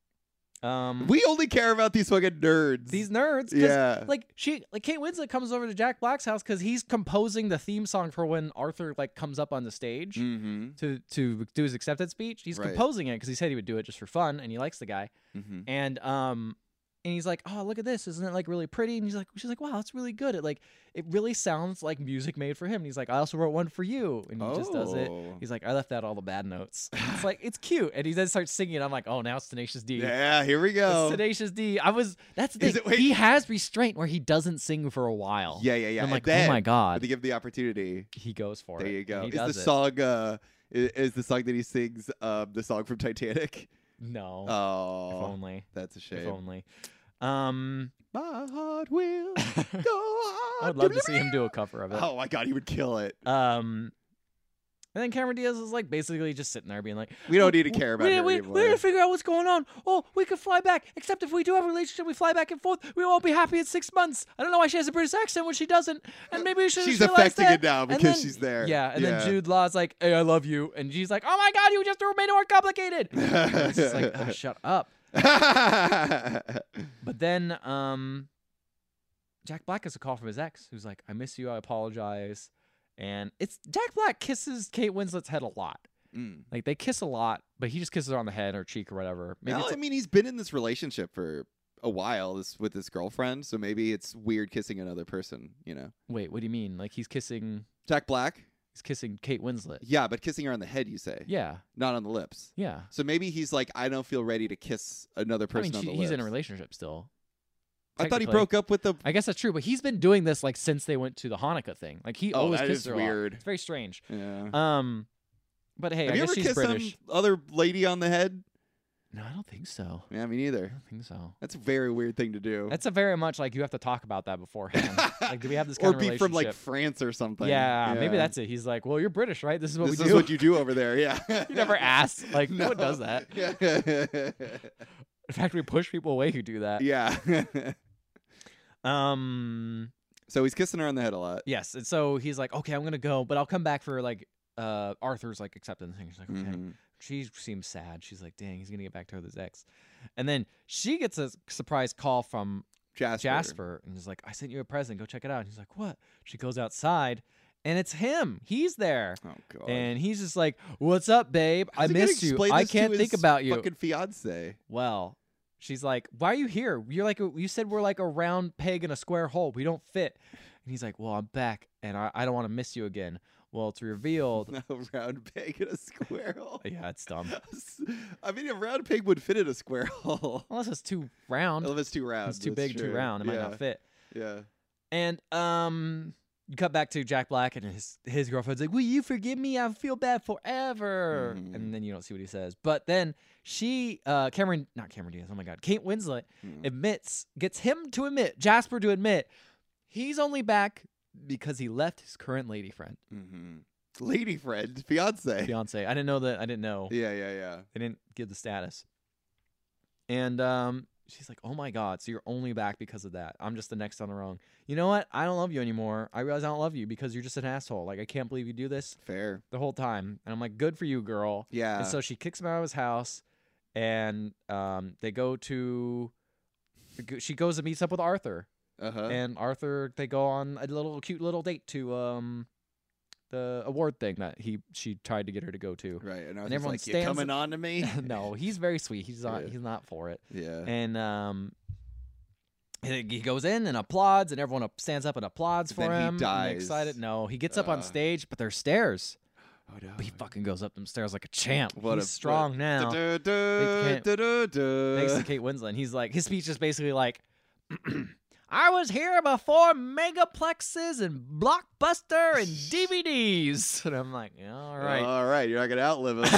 [SPEAKER 2] Um,
[SPEAKER 1] We only care about these fucking nerds.
[SPEAKER 2] these nerds, 'cause,
[SPEAKER 1] yeah.
[SPEAKER 2] Like she, like Kate Winslet comes over to Jack Black's house because he's composing the theme song for when Arthur like comes up on the stage
[SPEAKER 1] mm-hmm.
[SPEAKER 2] to to do his acceptance speech. He's
[SPEAKER 1] Right.
[SPEAKER 2] composing it because he said he would do it just for fun, and he likes the guy.
[SPEAKER 1] Mm-hmm.
[SPEAKER 2] and um and he's like oh look at this isn't it like really pretty and he's like she's like wow it's really good it like it really sounds like music made for him and he's like i also wrote one for you and he just does it
[SPEAKER 1] Oh.
[SPEAKER 2] he's like i left out all the
[SPEAKER 1] [laughs]
[SPEAKER 2] bad notes it's like it's cute and he then starts singing i'm like oh now it's tenacious d
[SPEAKER 1] yeah, here we
[SPEAKER 2] It's
[SPEAKER 1] go.
[SPEAKER 2] tenacious d i was that's the
[SPEAKER 1] Is
[SPEAKER 2] thing
[SPEAKER 1] it- wait.
[SPEAKER 2] he has restraint where he doesn't sing for a while
[SPEAKER 1] Yeah, yeah, yeah.
[SPEAKER 2] i'm
[SPEAKER 1] And
[SPEAKER 2] like
[SPEAKER 1] then,
[SPEAKER 2] oh my
[SPEAKER 1] But
[SPEAKER 2] god
[SPEAKER 1] they give the opportunity.
[SPEAKER 2] he goes for
[SPEAKER 1] There
[SPEAKER 2] it
[SPEAKER 1] you go.
[SPEAKER 2] he
[SPEAKER 1] Is
[SPEAKER 2] does
[SPEAKER 1] the
[SPEAKER 2] it.
[SPEAKER 1] song uh is, is the song that he sings um the song from Titanic?
[SPEAKER 2] no if
[SPEAKER 1] Oh,
[SPEAKER 2] only
[SPEAKER 1] that's a
[SPEAKER 2] if
[SPEAKER 1] shame.
[SPEAKER 2] only
[SPEAKER 1] [laughs]
[SPEAKER 2] um
[SPEAKER 1] My heart
[SPEAKER 2] [laughs]
[SPEAKER 1] will go on.
[SPEAKER 2] i would love to
[SPEAKER 1] [laughs]
[SPEAKER 2] see him do a cover of it
[SPEAKER 1] Oh my god, he would kill it.
[SPEAKER 2] Um, and then Cameron Diaz is like basically just sitting there being like,
[SPEAKER 1] We don't
[SPEAKER 2] "Oh,
[SPEAKER 1] need to care about
[SPEAKER 2] we,
[SPEAKER 1] her
[SPEAKER 2] we,
[SPEAKER 1] anymore.
[SPEAKER 2] we need to figure out what's going on. Oh, we could fly back. Except if we do have a relationship, we fly back and forth. We won't be happy in six months. I don't know why she has a British accent when she doesn't. And maybe we should
[SPEAKER 1] She's
[SPEAKER 2] realize
[SPEAKER 1] affecting
[SPEAKER 2] that.
[SPEAKER 1] it now because
[SPEAKER 2] then-
[SPEAKER 1] she's there.
[SPEAKER 2] Yeah, and
[SPEAKER 1] [laughs]
[SPEAKER 2] then Jude Law's like, "Hey, I love you," and she's like, "Oh my God, you just made it
[SPEAKER 1] [laughs]
[SPEAKER 2] more complicated." And it's just like, "Oh, shut up. But then, um, Jack Black gets a call from his ex, who's like, "I miss you. I apologize." And it's Jack Black kisses Kate Winslet's head a lot.
[SPEAKER 1] Mm.
[SPEAKER 2] Like they kiss a lot, but he just kisses her on the head or cheek or whatever. Maybe
[SPEAKER 1] Well,
[SPEAKER 2] it's
[SPEAKER 1] I mean, he's been in this relationship for a while this, with his girlfriend, so maybe it's weird kissing another person, you know?
[SPEAKER 2] wait, what do you mean? Like he's kissing,
[SPEAKER 1] Jack Black?
[SPEAKER 2] he's kissing Kate Winslet.
[SPEAKER 1] Yeah, but kissing her on the head, you say,
[SPEAKER 2] Yeah,
[SPEAKER 1] not on the lips.
[SPEAKER 2] yeah.
[SPEAKER 1] So maybe he's like, I don't feel ready to kiss another person
[SPEAKER 2] I mean,
[SPEAKER 1] on
[SPEAKER 2] she,
[SPEAKER 1] the
[SPEAKER 2] he's in
[SPEAKER 1] lips.
[SPEAKER 2] a relationship still.
[SPEAKER 1] I thought he
[SPEAKER 2] technically.
[SPEAKER 1] broke up with the.
[SPEAKER 2] I guess that's true, but he's been doing this like since they went to the Hanukkah thing. Like he
[SPEAKER 1] Oh,
[SPEAKER 2] always
[SPEAKER 1] that
[SPEAKER 2] kisses
[SPEAKER 1] is
[SPEAKER 2] her. a lot.
[SPEAKER 1] weird.
[SPEAKER 2] It's very strange.
[SPEAKER 1] Yeah.
[SPEAKER 2] Um, but hey,
[SPEAKER 1] Have
[SPEAKER 2] I
[SPEAKER 1] you
[SPEAKER 2] guess
[SPEAKER 1] ever
[SPEAKER 2] she's
[SPEAKER 1] kissed
[SPEAKER 2] British.
[SPEAKER 1] some other lady on the head?
[SPEAKER 2] No, I don't think so.
[SPEAKER 1] Yeah, me
[SPEAKER 2] I
[SPEAKER 1] neither.
[SPEAKER 2] don't think so.
[SPEAKER 1] That's a very weird thing to do.
[SPEAKER 2] That's a very much like you have to talk about
[SPEAKER 1] [laughs]
[SPEAKER 2] that beforehand. like, do we have this
[SPEAKER 1] or
[SPEAKER 2] kind of
[SPEAKER 1] be from like
[SPEAKER 2] relationship?
[SPEAKER 1] France or something.
[SPEAKER 2] yeah, maybe that's it. He's like, well, you're British, right? This is what
[SPEAKER 1] this
[SPEAKER 2] we
[SPEAKER 1] is
[SPEAKER 2] do.
[SPEAKER 1] what you do over there. Yeah,
[SPEAKER 2] [laughs]
[SPEAKER 1] [laughs]
[SPEAKER 2] you never ask. Like, no. one does that.
[SPEAKER 1] Yeah.
[SPEAKER 2] In fact, we push people away who do
[SPEAKER 1] [laughs]
[SPEAKER 2] that.
[SPEAKER 1] yeah. [laughs]
[SPEAKER 2] Um.
[SPEAKER 1] so he's kissing her on the head a lot.
[SPEAKER 2] Yes. And so he's like, okay, I'm gonna go, but I'll come back for like uh Arthur's like acceptance thing. She's like, okay.
[SPEAKER 1] Mhm.
[SPEAKER 2] She seems sad. She's like, dang, he's gonna get back to her with his ex. And then she gets a surprise call from
[SPEAKER 1] Jasper.
[SPEAKER 2] Jasper and is like, I sent you a present. Go check it out. And he's like, what? She goes outside, and it's him. He's there.
[SPEAKER 1] Oh god.
[SPEAKER 2] And he's just like, "What's up, babe?
[SPEAKER 1] How's
[SPEAKER 2] I
[SPEAKER 1] he gonna
[SPEAKER 2] missed you.
[SPEAKER 1] explain
[SPEAKER 2] I
[SPEAKER 1] this to
[SPEAKER 2] can't
[SPEAKER 1] his
[SPEAKER 2] think about you."
[SPEAKER 1] Fucking fiance.
[SPEAKER 2] Well, she's like, "Why are you here? You're like a, you said we're like a round peg in a square hole. We don't fit." And he's like, "Well, I'm back, and I, I don't want to miss you again." Well, it's revealed.
[SPEAKER 1] [laughs] No round pig and a square
[SPEAKER 2] [laughs]
[SPEAKER 1] hole.
[SPEAKER 2] yeah, it's dumb.
[SPEAKER 1] [laughs] I mean, a round pig would fit in a square [laughs] hole.
[SPEAKER 2] Unless it's too round,
[SPEAKER 1] Unless it's too round.
[SPEAKER 2] it's too
[SPEAKER 1] that's
[SPEAKER 2] big,
[SPEAKER 1] true.
[SPEAKER 2] too round. It might
[SPEAKER 1] yeah.
[SPEAKER 2] not fit.
[SPEAKER 1] Yeah.
[SPEAKER 2] And um, you cut back to Jack Black and his his girlfriend's like, "Will you forgive me? I feel bad forever."
[SPEAKER 1] Mhm.
[SPEAKER 2] And then you don't see what he says. But then she, uh, Cameron, not Cameron Diaz. Oh my God, Kate Winslet
[SPEAKER 1] Mm.
[SPEAKER 2] admits, gets him to admit, Jasper to admit, he's only back because he left his current lady friend,
[SPEAKER 1] Mhm. Lady friend, fiance.
[SPEAKER 2] fiance. I didn't know that. I didn't know.
[SPEAKER 1] Yeah, yeah, yeah.
[SPEAKER 2] They didn't give the status. And um, she's like, "Oh my God! So you're only back because of that? I'm just the next on the wrong. You know what? I don't love you anymore. I realize I don't love you because you're just an asshole. Like I can't believe you do this
[SPEAKER 1] Fair.
[SPEAKER 2] the whole time. And I'm like, good for you, girl.
[SPEAKER 1] Yeah.
[SPEAKER 2] And so she kicks him out of his house, and um, they go to. She goes and meets up with Arthur.
[SPEAKER 1] uh-huh.
[SPEAKER 2] and Arthur they go on a little cute little date to um the award thing that he she tried to get her to go to.
[SPEAKER 1] right. And, I was
[SPEAKER 2] everyone
[SPEAKER 1] like, you
[SPEAKER 2] stands
[SPEAKER 1] coming
[SPEAKER 2] at-
[SPEAKER 1] on to me?
[SPEAKER 2] [laughs] no, he's very sweet. He's not
[SPEAKER 1] Yeah.
[SPEAKER 2] he's not for it.
[SPEAKER 1] Yeah.
[SPEAKER 2] And um and he goes in and applauds and everyone up- stands up and applauds for
[SPEAKER 1] Then he
[SPEAKER 2] him. and they're
[SPEAKER 1] dies.
[SPEAKER 2] excited. No, he gets up on
[SPEAKER 1] Ugh.
[SPEAKER 2] stage, but there's stairs.
[SPEAKER 1] Oh, no.
[SPEAKER 2] But he fucking goes up them stairs like a champ.
[SPEAKER 1] What
[SPEAKER 2] he's
[SPEAKER 1] a-
[SPEAKER 2] strong now.
[SPEAKER 1] Du- du-
[SPEAKER 2] can't-
[SPEAKER 1] du- du- du. [laughs]
[SPEAKER 2] thanks to Kate Winslet. And he's like, his speech is basically like, [clears throat] I was here before megaplexes and blockbuster
[SPEAKER 1] [laughs]
[SPEAKER 2] and DVDs. And I'm like, yeah, all right.
[SPEAKER 1] All right. You're not going to outlive him.
[SPEAKER 2] [laughs]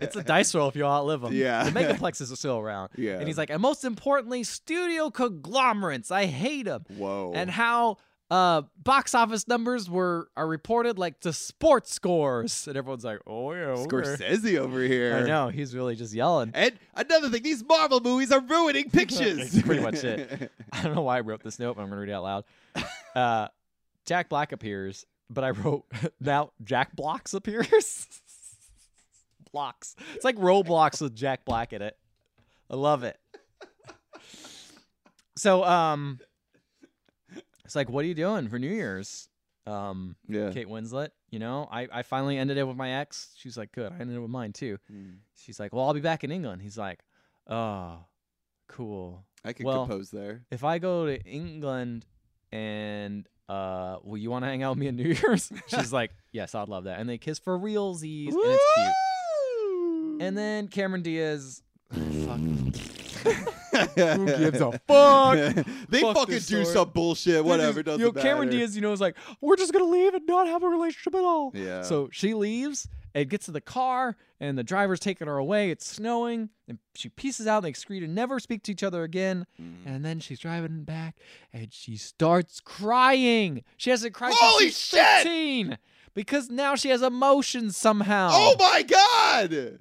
[SPEAKER 2] it's a dice roll if you outlive
[SPEAKER 1] [laughs]
[SPEAKER 2] them.
[SPEAKER 1] Yeah.
[SPEAKER 2] The megaplexes are still around.
[SPEAKER 1] Yeah.
[SPEAKER 2] And he's like, and most importantly, studio conglomerates. I hate them.
[SPEAKER 1] whoa.
[SPEAKER 2] And how uh box office numbers were are reported like to sports scores. And everyone's like, oh, yeah. okay."
[SPEAKER 1] Scorsese over here.
[SPEAKER 2] I know. He's really just yelling.
[SPEAKER 1] And another thing, these Marvel movies are
[SPEAKER 2] [laughs]
[SPEAKER 1] ruining pictures.
[SPEAKER 2] That's pretty much it. [laughs] I don't know why I wrote this note, but I'm going to read it out loud. Uh, Jack Black appears, but I wrote [laughs] now Jack Blocks [laughs] appears. Blocks. It's like Roblox with Jack Black in it. I love it. So um it's like what are you doing for New Year's? Um
[SPEAKER 1] [laughs] Yeah.
[SPEAKER 2] Kate Winslet, you know, I, I finally ended it with my ex. She's like, good. I ended it with mine too.
[SPEAKER 1] Mm.
[SPEAKER 2] She's like, well, I'll be back in England. He's like, oh, cool.
[SPEAKER 1] I could
[SPEAKER 2] Well-
[SPEAKER 1] compose there.
[SPEAKER 2] If I go to England and, uh, will you want to hang out with me in New [laughs] Year's? She's like, yes, I'd love that. And they kiss for realsies, and it's cute. And then Cameron Diaz, fuck, who gives a fuck?
[SPEAKER 1] [laughs] they
[SPEAKER 2] Fuck
[SPEAKER 1] fucking
[SPEAKER 2] this
[SPEAKER 1] do
[SPEAKER 2] story.
[SPEAKER 1] some bullshit. [laughs] Whatever doesn't
[SPEAKER 2] you know, Cameron
[SPEAKER 1] matter.
[SPEAKER 2] Diaz, you know, is like, we're just gonna leave and not have a relationship at all.
[SPEAKER 1] Yeah.
[SPEAKER 2] So she leaves and gets to the car, and the driver's taking her away. It's snowing, and she pieces out. And they scream and never speak to each other again.
[SPEAKER 1] Mm.
[SPEAKER 2] And then she's driving back, and she starts crying. She hasn't cried
[SPEAKER 1] Holy
[SPEAKER 2] since she's
[SPEAKER 1] shit!
[SPEAKER 2] 15 because now she has emotions somehow.
[SPEAKER 1] Oh my god.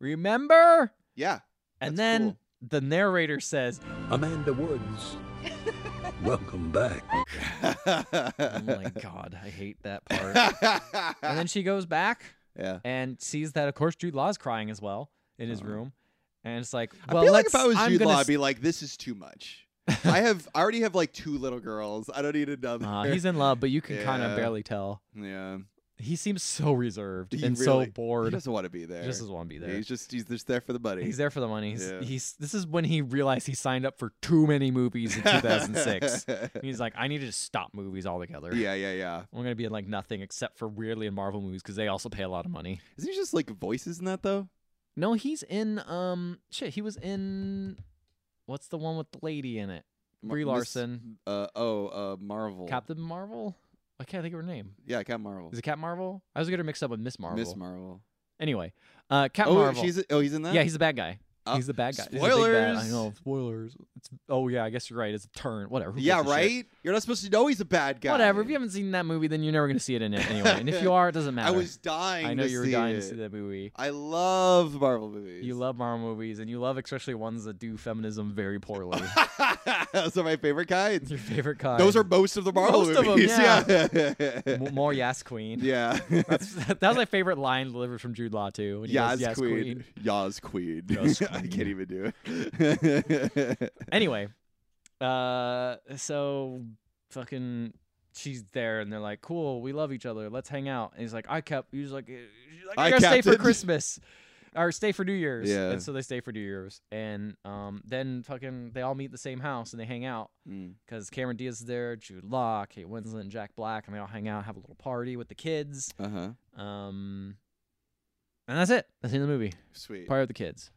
[SPEAKER 2] Remember? [laughs]
[SPEAKER 1] Yeah. That's
[SPEAKER 2] And then
[SPEAKER 1] cool.
[SPEAKER 2] the
[SPEAKER 1] [laughs]
[SPEAKER 2] narrator says,
[SPEAKER 3] Amanda Woods, [laughs] welcome back.
[SPEAKER 2] "Oh my
[SPEAKER 1] [laughs]
[SPEAKER 2] god, I hate that part." and then she goes back
[SPEAKER 1] yeah.
[SPEAKER 2] and sees that, of course, Jude Law's crying as well in his
[SPEAKER 1] Oh.
[SPEAKER 2] room. And it's like, well,
[SPEAKER 1] I feel like
[SPEAKER 2] let's,
[SPEAKER 1] if I was
[SPEAKER 2] I'm
[SPEAKER 1] Jude
[SPEAKER 2] gonna
[SPEAKER 1] Law, I'd be [laughs] like, this is too much. I have I already have like two little girls. I don't need another.
[SPEAKER 2] [laughs] Uh, he's in love, but you can kind
[SPEAKER 1] Yeah.
[SPEAKER 2] of barely tell.
[SPEAKER 1] [laughs] yeah.
[SPEAKER 2] He seems so reserved
[SPEAKER 1] He
[SPEAKER 2] and
[SPEAKER 1] really-
[SPEAKER 2] so
[SPEAKER 1] He
[SPEAKER 2] bored. He
[SPEAKER 1] doesn't want to be there.
[SPEAKER 2] just doesn't want to be
[SPEAKER 1] Yeah,
[SPEAKER 2] there.
[SPEAKER 1] He's just he's just there for the money.
[SPEAKER 2] He's there for the money. He's,
[SPEAKER 1] Yeah.
[SPEAKER 2] he's this is when he realized he signed up for too
[SPEAKER 1] [laughs]
[SPEAKER 2] many movies in 2006. And he's like, I need to just stop movies altogether.
[SPEAKER 1] yeah, yeah, yeah.
[SPEAKER 2] I'm gonna be in like nothing except for weirdly in Marvel movies because they also pay a lot of money.
[SPEAKER 1] Isn't he just like voices in that though?
[SPEAKER 2] No, he's in um shit. He was in what's the one with the lady in it?
[SPEAKER 1] Mar-
[SPEAKER 2] Brie
[SPEAKER 1] Miss-
[SPEAKER 2] Larson,
[SPEAKER 1] Uh oh, uh Marvel.
[SPEAKER 2] Captain Marvel. I can't think of her name.
[SPEAKER 1] Yeah, Cap Marvel.
[SPEAKER 2] Is it Cap Marvel? I was gonna mix up with Miss Marvel.
[SPEAKER 1] Miss Marvel.
[SPEAKER 2] Anyway, uh, Cap
[SPEAKER 1] oh,
[SPEAKER 2] Marvel.
[SPEAKER 1] she's oh he's in that.
[SPEAKER 2] Yeah, he's the bad guy.
[SPEAKER 1] Oh,
[SPEAKER 2] he's the bad guy. He's the big bad- I
[SPEAKER 1] spoilers.
[SPEAKER 2] know. Spoilers. It's, oh yeah, I guess you're right. It's a turn. Whatever. who
[SPEAKER 1] yeah,
[SPEAKER 2] gives a shit?
[SPEAKER 1] right. You're not supposed to know he's a bad guy.
[SPEAKER 2] Whatever. If you haven't seen that movie, then you're never gonna see it in it anyway.
[SPEAKER 1] [laughs]
[SPEAKER 2] And if you are, it doesn't matter.
[SPEAKER 1] I was dying.
[SPEAKER 2] I know
[SPEAKER 1] to
[SPEAKER 2] you were
[SPEAKER 1] see
[SPEAKER 2] dying
[SPEAKER 1] it.
[SPEAKER 2] to see that movie.
[SPEAKER 1] I love Marvel movies.
[SPEAKER 2] You love Marvel movies, and you love especially ones that do feminism very
[SPEAKER 1] [laughs]
[SPEAKER 2] poorly.
[SPEAKER 1] Those are my favorite
[SPEAKER 2] it's [laughs]
[SPEAKER 1] kinds.
[SPEAKER 2] your favorite kind.
[SPEAKER 1] Those are most of the Marvel
[SPEAKER 2] Most of 'em,
[SPEAKER 1] movies.
[SPEAKER 2] yeah.
[SPEAKER 1] yeah.
[SPEAKER 2] M- more Yas Queen.
[SPEAKER 1] [laughs] yeah. [laughs]
[SPEAKER 2] That's [laughs] that was my favorite line delivered from Jude Law too. When he
[SPEAKER 1] Yas,
[SPEAKER 2] goes, yes,
[SPEAKER 1] Queen.
[SPEAKER 2] queen.
[SPEAKER 1] Yas Queen.
[SPEAKER 2] Yas
[SPEAKER 1] [laughs] I
[SPEAKER 2] Queen.
[SPEAKER 1] can't even do
[SPEAKER 2] [laughs]
[SPEAKER 1] it. [laughs]
[SPEAKER 2] Anyway, uh, so fucking. She's there, and they're like, "Cool, we love each other. Let's hang out." And he's like, "I kept." He's like, eh, she's like, "I,
[SPEAKER 1] I
[SPEAKER 2] gotta stay for
[SPEAKER 1] captain.
[SPEAKER 2] Christmas, or stay for New Year's."
[SPEAKER 1] Yeah.
[SPEAKER 2] And so they stay for New Year's, and um, then fucking they all meet at the same house and they hang out
[SPEAKER 1] Mm.
[SPEAKER 2] because Cameron Diaz is there, Jude Law, Kate Winslet, and Jack Black, and they all hang out, have a little party with the kids.
[SPEAKER 1] Uh-huh.
[SPEAKER 2] Um, and that's it. That's the end of the movie.
[SPEAKER 1] Sweet.
[SPEAKER 2] Party with the kids.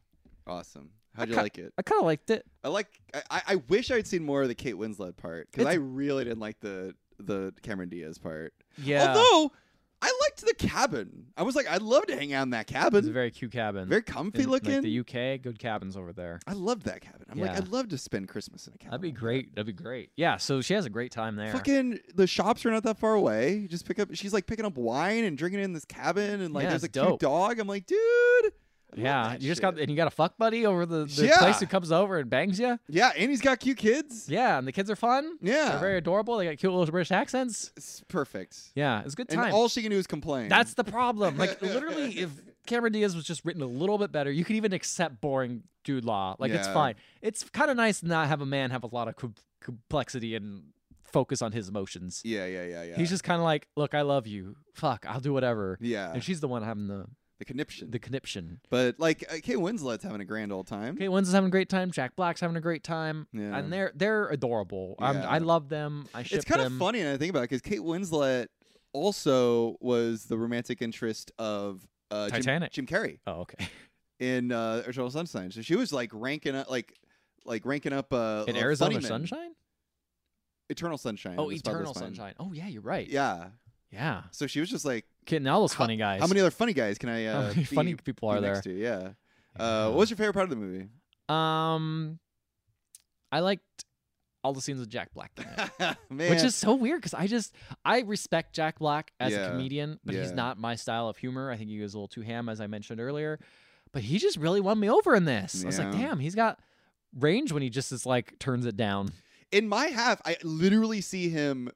[SPEAKER 1] awesome. How'd you
[SPEAKER 2] ca-
[SPEAKER 1] like it?
[SPEAKER 2] I kind of liked it.
[SPEAKER 1] I like. I- I, I wish I'd seen more of the Kate Winslet part because
[SPEAKER 2] It's-
[SPEAKER 1] I really didn't like the the Cameron Diaz part.
[SPEAKER 2] Yeah,
[SPEAKER 1] Although I liked the cabin. I was like, I'd love to hang out in that
[SPEAKER 2] it's a
[SPEAKER 1] cabin. Very,
[SPEAKER 2] very cute cabin.
[SPEAKER 1] comfy
[SPEAKER 2] In,
[SPEAKER 1] looking.
[SPEAKER 2] Like the UK, good cabins over there.
[SPEAKER 1] I loved that cabin. I'm like,
[SPEAKER 2] Yeah.
[SPEAKER 1] I'd love to spend Christmas in a cabin.
[SPEAKER 2] That'd be
[SPEAKER 1] like that.
[SPEAKER 2] great. That'd be great. Yeah. So she has a great time there.
[SPEAKER 1] Fucking the shops are not that far away. You Just pick up. She's like picking up wine and drinking it in this cabin, and like
[SPEAKER 2] Yeah,
[SPEAKER 1] there's a
[SPEAKER 2] it's dope.
[SPEAKER 1] cute dog. I'm like, dude. I love
[SPEAKER 2] yeah.
[SPEAKER 1] that
[SPEAKER 2] You just
[SPEAKER 1] shit.
[SPEAKER 2] got and you got a fuck buddy over the, the
[SPEAKER 1] Yeah.
[SPEAKER 2] place who comes over and bangs you.
[SPEAKER 1] yeah, and he's got cute kids.
[SPEAKER 2] Yeah, and the kids are fun.
[SPEAKER 1] Yeah,
[SPEAKER 2] They're very adorable. They got cute little British accents.
[SPEAKER 1] it's perfect.
[SPEAKER 2] Yeah, it's a good
[SPEAKER 1] And
[SPEAKER 2] time.
[SPEAKER 1] all she can do is complain.
[SPEAKER 2] That's the
[SPEAKER 1] [laughs]
[SPEAKER 2] problem. Like literally, if Cameron Diaz was just written a little bit better, you could even accept boring Jude Law. Like it's
[SPEAKER 1] Yeah.
[SPEAKER 2] fine. It's kind of nice to not have a man have a lot of com- complexity and focus on his emotions.
[SPEAKER 1] yeah, yeah, yeah, yeah.
[SPEAKER 2] He's just kind of like, look, I love you. Fuck, I'll do whatever.
[SPEAKER 1] yeah,
[SPEAKER 2] And she's the one having the
[SPEAKER 1] the conniption.
[SPEAKER 2] the conniption.
[SPEAKER 1] but like, uh, Kate Winslet's having a grand old time.
[SPEAKER 2] Kate Winslet's having a great time. Jack Black's having a great time.
[SPEAKER 1] Yeah.
[SPEAKER 2] And they're they're adorable. I'm-
[SPEAKER 1] Yeah.
[SPEAKER 2] I love them. I ship
[SPEAKER 1] it's kind
[SPEAKER 2] them.
[SPEAKER 1] of funny, and I think about it because Kate Winslet also was the romantic interest of uh, Jim-
[SPEAKER 2] Titanic.
[SPEAKER 1] Jim Carrey.
[SPEAKER 2] Oh, okay.
[SPEAKER 1] in uh Arizona Sunshine. So she was like ranking up like like ranking up uh
[SPEAKER 2] In
[SPEAKER 1] uh,
[SPEAKER 2] Arizona
[SPEAKER 1] funny men.
[SPEAKER 2] Sunshine?
[SPEAKER 1] Eternal Sunshine.
[SPEAKER 2] Oh,
[SPEAKER 1] of the Spotless
[SPEAKER 2] Eternal
[SPEAKER 1] Mind.
[SPEAKER 2] Sunshine. Oh, yeah, you're right.
[SPEAKER 1] Yeah.
[SPEAKER 2] Yeah.
[SPEAKER 1] So she was just like
[SPEAKER 2] Getting all those funny guys.
[SPEAKER 1] how many other funny guys can I uh
[SPEAKER 2] [laughs] How many
[SPEAKER 1] be-
[SPEAKER 2] funny
[SPEAKER 1] be
[SPEAKER 2] people are there?
[SPEAKER 1] next to? Yeah. Uh what was your favorite part of the movie?
[SPEAKER 2] um, I liked all the scenes with Jack Black, in it,
[SPEAKER 1] [laughs] Man.
[SPEAKER 2] which is so weird because I just I respect Jack Black as
[SPEAKER 1] Yeah.
[SPEAKER 2] a comedian, but he's
[SPEAKER 1] Yeah.
[SPEAKER 2] not my style of humor. I think he was a little too ham, as I mentioned earlier. But he just really won me over in this. I was like,
[SPEAKER 1] Yeah.
[SPEAKER 2] damn, he's got range when he just is like turns it down.
[SPEAKER 1] in my half I literally see him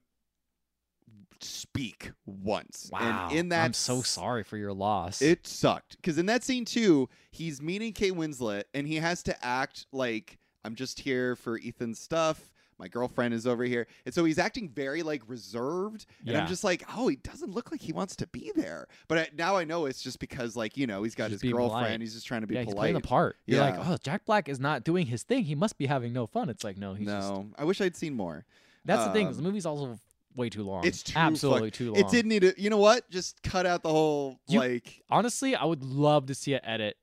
[SPEAKER 1] speak once.
[SPEAKER 2] Wow.
[SPEAKER 1] And in that
[SPEAKER 2] I'm so sorry for your loss.
[SPEAKER 1] It sucked because in that scene too, he's meeting Kate Winslet and he has to act like I'm just here for Ethan's stuff. My girlfriend is over here, and so he's acting very like reserved. And
[SPEAKER 2] Yeah.
[SPEAKER 1] I'm just like, oh, he doesn't look like he wants to be there. But I, now I know it's just because like you know he's got his
[SPEAKER 2] Just be polite.
[SPEAKER 1] girlfriend. He's just trying to be
[SPEAKER 2] yeah, he's
[SPEAKER 1] polite.
[SPEAKER 2] playing the part. You're like,
[SPEAKER 1] Yeah.
[SPEAKER 2] oh, Jack Black is not doing his thing. He must be having no fun. It's like, no, he's
[SPEAKER 1] no,
[SPEAKER 2] just.
[SPEAKER 1] I wish I'd seen more.
[SPEAKER 2] That's the thing. 'cause The
[SPEAKER 1] um,
[SPEAKER 2] movie's also way too long.
[SPEAKER 1] It's too
[SPEAKER 2] absolutely too long.
[SPEAKER 1] It did need to. You know what? Just cut out the whole
[SPEAKER 2] You-
[SPEAKER 1] like
[SPEAKER 2] Honestly, I would love to see an edit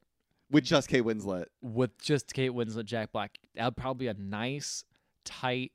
[SPEAKER 1] with just Kate Winslet.
[SPEAKER 2] with just Kate Winslet, Jack Black. That would probably be a nice, tight,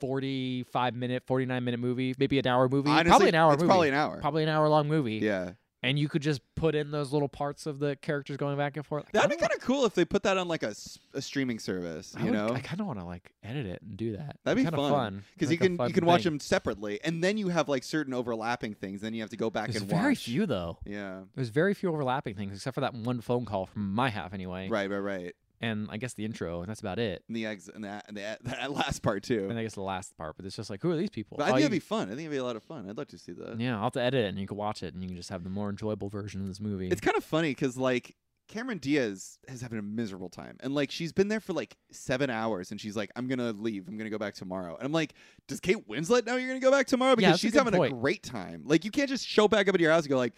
[SPEAKER 2] forty-five minute, forty-nine minute movie, maybe an hour movie,
[SPEAKER 1] Honestly,
[SPEAKER 2] probably an hour
[SPEAKER 1] It's
[SPEAKER 2] movie,
[SPEAKER 1] probably an hour.
[SPEAKER 2] Probably an hour long movie.
[SPEAKER 1] Yeah.
[SPEAKER 2] and you could just put in those little parts of the characters going back and forth. Like, I
[SPEAKER 1] That'd be
[SPEAKER 2] kinda
[SPEAKER 1] kind of cool if they put that on like a, s- a streaming service,
[SPEAKER 2] wanna- I
[SPEAKER 1] you
[SPEAKER 2] would-
[SPEAKER 1] know?
[SPEAKER 2] I kind of want to like edit it and do that.
[SPEAKER 1] That'd be
[SPEAKER 2] kind of
[SPEAKER 1] fun.
[SPEAKER 2] fun
[SPEAKER 1] Because you
[SPEAKER 2] like a
[SPEAKER 1] can you
[SPEAKER 2] fun
[SPEAKER 1] can watch
[SPEAKER 2] thing.
[SPEAKER 1] them separately, and then you have like certain overlapping things. Then you have to go back
[SPEAKER 2] There's
[SPEAKER 1] and watch.
[SPEAKER 2] very few though.
[SPEAKER 1] Yeah.
[SPEAKER 2] There's very few overlapping things except for that one phone call from my half anyway,
[SPEAKER 1] Right. Right. Right.
[SPEAKER 2] and I guess the intro, and that's about it.
[SPEAKER 1] And the [laughs] ex and that and that, that last part
[SPEAKER 2] And
[SPEAKER 1] too.
[SPEAKER 2] I guess the last part, but it's just like, who are these people?
[SPEAKER 1] But I
[SPEAKER 2] Oh,
[SPEAKER 1] think
[SPEAKER 2] you-
[SPEAKER 1] it'd be fun. I think it'd be a lot of fun. I'd love to see that.
[SPEAKER 2] Yeah, I'll have to edit it and you can watch it and you can just have the more enjoyable version of this movie.
[SPEAKER 1] It's kind of funny because like Cameron Diaz has having a miserable time, and like she's been there for like seven hours, and she's like, "I'm gonna leave. I'm gonna go back tomorrow." And I'm like, "Does Kate Winslet know you're gonna go back tomorrow?" Because
[SPEAKER 2] that's a
[SPEAKER 1] she's
[SPEAKER 2] good
[SPEAKER 1] having
[SPEAKER 2] point.
[SPEAKER 1] a great time. Like you can't just show back up at your house and go like,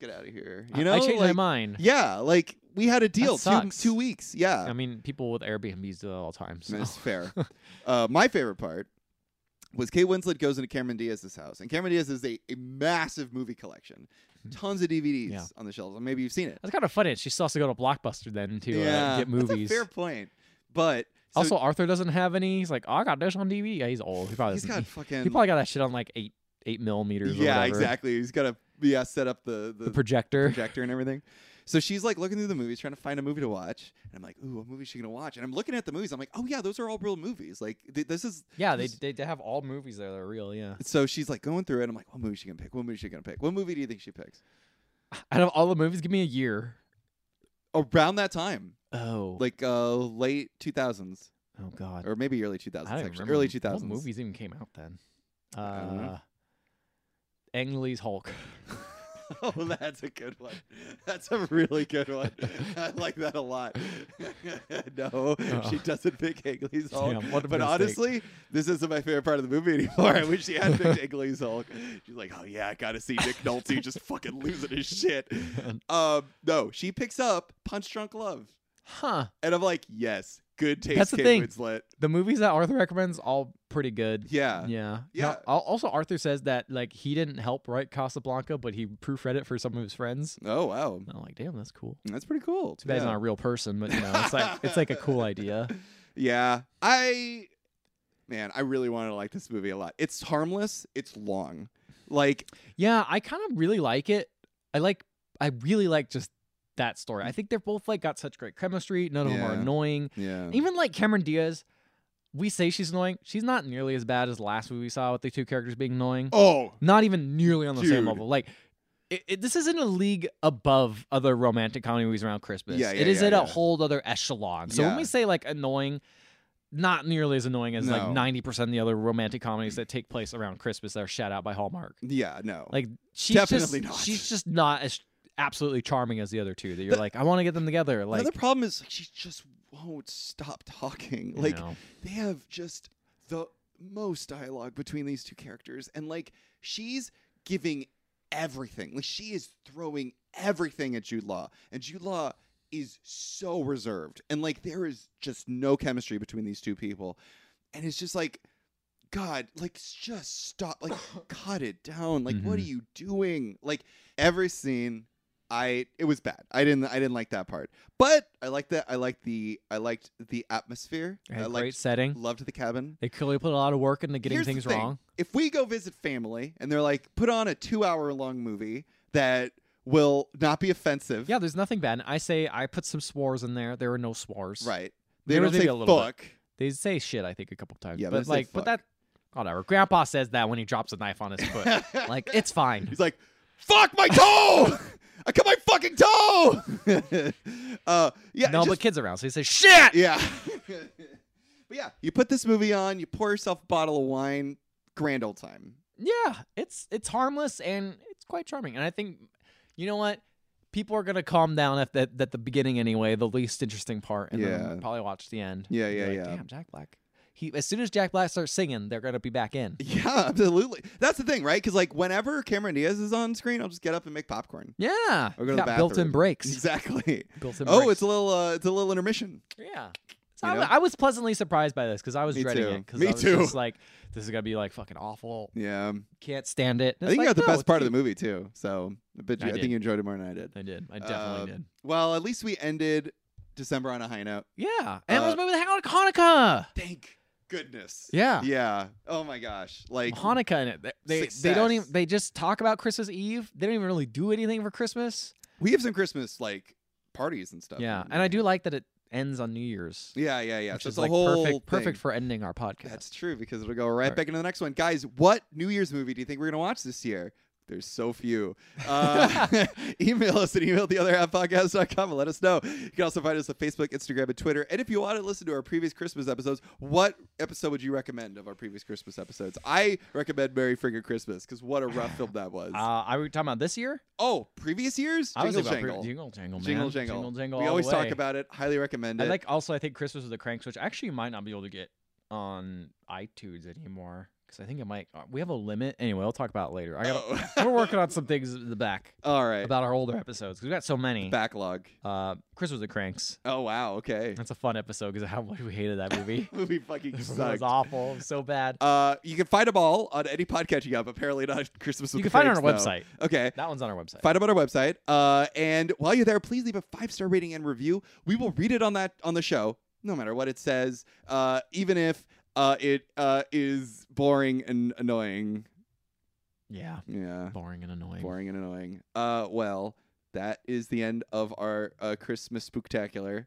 [SPEAKER 1] "Get out of here,"
[SPEAKER 2] I-
[SPEAKER 1] you know?
[SPEAKER 2] I changed my
[SPEAKER 1] Like,
[SPEAKER 2] mind.
[SPEAKER 1] Yeah, like we had a deal two,
[SPEAKER 2] sucks.
[SPEAKER 1] two weeks. [laughs]
[SPEAKER 2] I
[SPEAKER 1] Yeah,
[SPEAKER 2] mean, people with Airbnbs do that all the time. So. [laughs]
[SPEAKER 1] that's fair. uh, my favorite part. Was Kate Winslet goes into Cameron Diaz's house, and Cameron Diaz is a, a massive movie collection, tons of DVDs
[SPEAKER 2] Mm-hmm. Yeah.
[SPEAKER 1] on the shelves. and Maybe you've seen it.
[SPEAKER 2] That's kind of funny. She still has to go to Blockbuster then to uh, get movies.
[SPEAKER 1] That's a fair point. But so
[SPEAKER 2] also, Arthur doesn't have any. He's like, oh, I got this on DVD. Yeah, he's old. He probably
[SPEAKER 1] he's
[SPEAKER 2] doesn't-
[SPEAKER 1] got
[SPEAKER 2] he- he
[SPEAKER 1] fucking
[SPEAKER 2] probably got that shit on like eight eight millimeters. or
[SPEAKER 1] yeah,
[SPEAKER 2] whatever.
[SPEAKER 1] exactly. He's got to yeah set up the the,
[SPEAKER 2] The projector.
[SPEAKER 1] projector and everything. So she's like looking through the movies, trying to find a movie to watch, and I'm like, "Ooh, what movie is she gonna watch?" And I'm looking at the movies. I'm like, "Oh yeah, those are all real movies. Like th- this is
[SPEAKER 2] yeah, they,
[SPEAKER 1] this-
[SPEAKER 2] they they have all movies there that are real. Yeah.
[SPEAKER 1] So she's like going through it. I'm like, "What movie is she gonna pick? What movie is she gonna pick? What movie do you think she picks?"
[SPEAKER 2] Out of all the movies, give me a year.
[SPEAKER 1] Around that time,
[SPEAKER 2] Oh.
[SPEAKER 1] like uh late 2000s
[SPEAKER 2] oh God.
[SPEAKER 1] or maybe early 2000s,
[SPEAKER 2] I don't even
[SPEAKER 1] actually
[SPEAKER 2] remember
[SPEAKER 1] early Mm-hmm.
[SPEAKER 2] when- what
[SPEAKER 1] 2000s.
[SPEAKER 2] movies even came out then.
[SPEAKER 1] I don't know.
[SPEAKER 2] Uh, Ang Lee's Hulk.
[SPEAKER 1] [laughs] Oh, that's a good one. That's a really good
[SPEAKER 2] [laughs]
[SPEAKER 1] one. I like that a lot. [laughs] no, she doesn't pick Higley's Hulk.
[SPEAKER 2] Oh. Damn, what a
[SPEAKER 1] but
[SPEAKER 2] mistake.
[SPEAKER 1] honestly, this isn't my favorite part of the movie anymore. I wish she had picked Higley's Hulk. She's like, oh yeah, I gotta see Nick Nolte just fucking losing his
[SPEAKER 2] [laughs]
[SPEAKER 1] shit. Um, no, she picks up Punch Drunk Love,
[SPEAKER 2] Huh.
[SPEAKER 1] and I'm like, yes, good taste.
[SPEAKER 2] That's the
[SPEAKER 1] Kate
[SPEAKER 2] thing.
[SPEAKER 1] Winslet.
[SPEAKER 2] The movies that Arthur recommends all pretty good.
[SPEAKER 1] Yeah.
[SPEAKER 2] Yeah.
[SPEAKER 1] Yeah.
[SPEAKER 2] Now, al- also, Arthur says that like he didn't help write Casablanca, but he proofread it for some of his friends.
[SPEAKER 1] Oh wow,
[SPEAKER 2] And I'm like, damn, that's cool.
[SPEAKER 1] that's pretty cool.
[SPEAKER 2] Too bad he's
[SPEAKER 1] Yeah.
[SPEAKER 2] not a real person, but you know, it's like
[SPEAKER 1] [laughs]
[SPEAKER 2] it's like a cool idea.
[SPEAKER 1] Yeah, I man, I really wanted to like this movie a lot. It's harmless. It's long. Like
[SPEAKER 2] Yeah, I kind of really like it. I like I really like just that story. I think they're both like got such great chemistry. None of them are
[SPEAKER 1] Mm. Yeah.
[SPEAKER 2] annoying.
[SPEAKER 1] yeah,
[SPEAKER 2] Even like Cameron Diaz, we say she's annoying. She's not nearly as bad as the last movie we saw with the two characters being annoying.
[SPEAKER 1] oh
[SPEAKER 2] Not even nearly on the same
[SPEAKER 1] Dude.
[SPEAKER 2] level. Like it, it- this isn't a league above other romantic comedy movies around Christmas.
[SPEAKER 1] Yeah,
[SPEAKER 2] it
[SPEAKER 1] yeah,
[SPEAKER 2] is
[SPEAKER 1] yeah,
[SPEAKER 2] at
[SPEAKER 1] yeah.
[SPEAKER 2] a whole other echelon. So when
[SPEAKER 1] Yeah.
[SPEAKER 2] we say like annoying, not nearly as annoying as like
[SPEAKER 1] No.
[SPEAKER 2] ninety percent of the other romantic comedies that take place around Christmas that are shout out by Hallmark.
[SPEAKER 1] yeah, no.
[SPEAKER 2] Like she's
[SPEAKER 1] Definitely
[SPEAKER 2] just,
[SPEAKER 1] not.
[SPEAKER 2] She's just not as absolutely charming as the other two. That you're
[SPEAKER 1] The-
[SPEAKER 2] like, I want to get them together. Like,
[SPEAKER 1] another problem is like she just won't stop talking.
[SPEAKER 2] you
[SPEAKER 1] Like
[SPEAKER 2] know.
[SPEAKER 1] they have just the most dialogue between these two characters, and like she's giving everything. Like she is throwing everything at Jude Law, and Jude Law is so reserved, and like there is just no chemistry between these two people, and it's just like. God, like s- just stop, like cut it down. Like what are
[SPEAKER 2] Mhm.
[SPEAKER 1] you doing? Like every scene, I it was bad. I didn't I didn't like that part. But I liked that I liked the I liked the atmosphere.
[SPEAKER 2] It had
[SPEAKER 1] I
[SPEAKER 2] a
[SPEAKER 1] liked
[SPEAKER 2] great setting.
[SPEAKER 1] loved the cabin.
[SPEAKER 2] They clearly put a lot of work into getting
[SPEAKER 1] Here's the
[SPEAKER 2] things
[SPEAKER 1] thing.
[SPEAKER 2] wrong.
[SPEAKER 1] If we go visit family and they're like, put on a two hour long movie that will not be offensive.
[SPEAKER 2] Yeah, there's nothing bad. And I say I put some swores in there. There were no swores.
[SPEAKER 1] Right. They
[SPEAKER 2] There was
[SPEAKER 1] don't say
[SPEAKER 2] maybe a little bit.
[SPEAKER 1] fuck.
[SPEAKER 2] They say shit. I think a couple times.
[SPEAKER 1] Yeah, but
[SPEAKER 2] but
[SPEAKER 1] they say
[SPEAKER 2] like, but
[SPEAKER 1] fuck.
[SPEAKER 2] that whatever. Grandpa says that when he drops a knife on his
[SPEAKER 1] [laughs]
[SPEAKER 2] foot. like it's fine.
[SPEAKER 1] He's like, fuck my toe! I cut my fucking toe! [laughs] uh, [laughs] yeah,
[SPEAKER 2] no,
[SPEAKER 1] just
[SPEAKER 2] but kids around, so he says shit.
[SPEAKER 1] Yeah. [laughs] but yeah, you put this movie on, you pour yourself a bottle of wine, grand old time.
[SPEAKER 2] Yeah, it's it's harmless and it's quite charming. And I think you know what? People are gonna calm down at the, at the beginning anyway, the least interesting part, and then
[SPEAKER 1] Yeah.
[SPEAKER 2] probably watch the end.
[SPEAKER 1] Yeah,
[SPEAKER 2] and be
[SPEAKER 1] yeah,
[SPEAKER 2] like,
[SPEAKER 1] yeah.
[SPEAKER 2] Damn, Jack Black. He as soon as Jack Black starts singing, they're gonna be back in.
[SPEAKER 1] Yeah, [laughs] absolutely. That's the thing, right? Because like whenever Cameron Diaz is on screen, I'll just get up and make popcorn.
[SPEAKER 2] Yeah,
[SPEAKER 1] Or go to the
[SPEAKER 2] got built-in
[SPEAKER 1] bathroom.
[SPEAKER 2] breaks.
[SPEAKER 1] Exactly.
[SPEAKER 2] [laughs] Built-in
[SPEAKER 1] Oh,
[SPEAKER 2] breaks.
[SPEAKER 1] it's a little, uh, it's a little intermission.
[SPEAKER 2] Yeah. So
[SPEAKER 1] You
[SPEAKER 2] I,
[SPEAKER 1] know?
[SPEAKER 2] wa- I was pleasantly surprised by this because I was
[SPEAKER 1] Me
[SPEAKER 2] dreading
[SPEAKER 1] too.
[SPEAKER 2] it. 'cause
[SPEAKER 1] Me
[SPEAKER 2] I was
[SPEAKER 1] too.
[SPEAKER 2] Just like this is gonna be like fucking awful.
[SPEAKER 1] Yeah,
[SPEAKER 2] Can't stand it.
[SPEAKER 1] I think
[SPEAKER 2] like,
[SPEAKER 1] you got the
[SPEAKER 2] no,
[SPEAKER 1] best
[SPEAKER 2] it's
[SPEAKER 1] part of
[SPEAKER 2] cute.
[SPEAKER 1] the movie too. So I bet you,
[SPEAKER 2] I
[SPEAKER 1] I,
[SPEAKER 2] did.
[SPEAKER 1] think you enjoyed it more than I did.
[SPEAKER 2] I did. I definitely
[SPEAKER 1] Um,
[SPEAKER 2] did.
[SPEAKER 1] Well, at least we ended December on a high note.
[SPEAKER 2] Yeah, and it was
[SPEAKER 1] uh,
[SPEAKER 2] a movie with Hanukkah.
[SPEAKER 1] Thank goodness.
[SPEAKER 2] Yeah.
[SPEAKER 1] Yeah. Oh my gosh. Like
[SPEAKER 2] Hanukkah in it. They- They, they
[SPEAKER 1] success.
[SPEAKER 2] don't even they just talk about Christmas Eve. They don't even really do anything for Christmas.
[SPEAKER 1] we have some Christmas like parties and stuff.
[SPEAKER 2] yeah, and I do like that it ends on New Year's.
[SPEAKER 1] Yeah, yeah, yeah.
[SPEAKER 2] which
[SPEAKER 1] so
[SPEAKER 2] is
[SPEAKER 1] it's a
[SPEAKER 2] like
[SPEAKER 1] whole
[SPEAKER 2] perfect perfect
[SPEAKER 1] thing.
[SPEAKER 2] for ending our podcast.
[SPEAKER 1] That's true because it'll go right
[SPEAKER 2] Right.
[SPEAKER 1] back into the next one, guys. What New Year's movie do you think we're gonna watch this year? There's so few.
[SPEAKER 2] [laughs]
[SPEAKER 1] Uh, [laughs] email us at email the other half podcast.com and let us know. You can also find us on Facebook, Instagram, and Twitter. And if you want to listen to our previous Christmas episodes, what episode would you recommend of our previous Christmas episodes? I recommend Merry Friggin' Christmas because what a rough film that was.
[SPEAKER 2] uh, are we talking about this year?
[SPEAKER 1] oh, previous years?
[SPEAKER 2] I was
[SPEAKER 1] Jingle
[SPEAKER 2] about pre-
[SPEAKER 1] Jangle.
[SPEAKER 2] jingle jangle, man.
[SPEAKER 1] Jingle Jangle.
[SPEAKER 2] jingle jangle.
[SPEAKER 1] we
[SPEAKER 2] all
[SPEAKER 1] always
[SPEAKER 2] the
[SPEAKER 1] talk
[SPEAKER 2] way.
[SPEAKER 1] about it. Highly recommend
[SPEAKER 2] I
[SPEAKER 1] it.
[SPEAKER 2] like also I think Christmas with the Cranks, which actually you might not be able to get on iTunes anymore because I think it might. uh, We have a limit anyway. I'll talk about it later.
[SPEAKER 1] [laughs]
[SPEAKER 2] I got.
[SPEAKER 1] Oh.
[SPEAKER 2] to We're working on some things in the back
[SPEAKER 1] All right.
[SPEAKER 2] about our older episodes because we got so many.
[SPEAKER 1] Backlog.
[SPEAKER 2] Uh, Christmas with the Cranks.
[SPEAKER 1] Oh, wow. Okay.
[SPEAKER 2] That's a fun episode because how much we hated that
[SPEAKER 1] [laughs]
[SPEAKER 2] movie.
[SPEAKER 1] movie fucking
[SPEAKER 2] it was
[SPEAKER 1] sucked.
[SPEAKER 2] awful. It was so bad.
[SPEAKER 1] Uh, you can find them all on any podcatching app. Apparently not [laughs] Christmas.
[SPEAKER 2] you
[SPEAKER 1] with
[SPEAKER 2] can
[SPEAKER 1] the
[SPEAKER 2] find it on our
[SPEAKER 1] Cranks, though.
[SPEAKER 2] website.
[SPEAKER 1] Okay.
[SPEAKER 2] That one's on our website.
[SPEAKER 1] Find them on our website. Uh, and while you're there, please leave a five star rating and review. We will read it on that on the show, no matter what it says. Uh, even if uh, it uh, is boring and annoying.
[SPEAKER 2] yeah.
[SPEAKER 1] Yeah,
[SPEAKER 2] Boring and annoying.
[SPEAKER 1] boring and annoying. Uh, well, that is the end of our uh, Christmas spooktacular.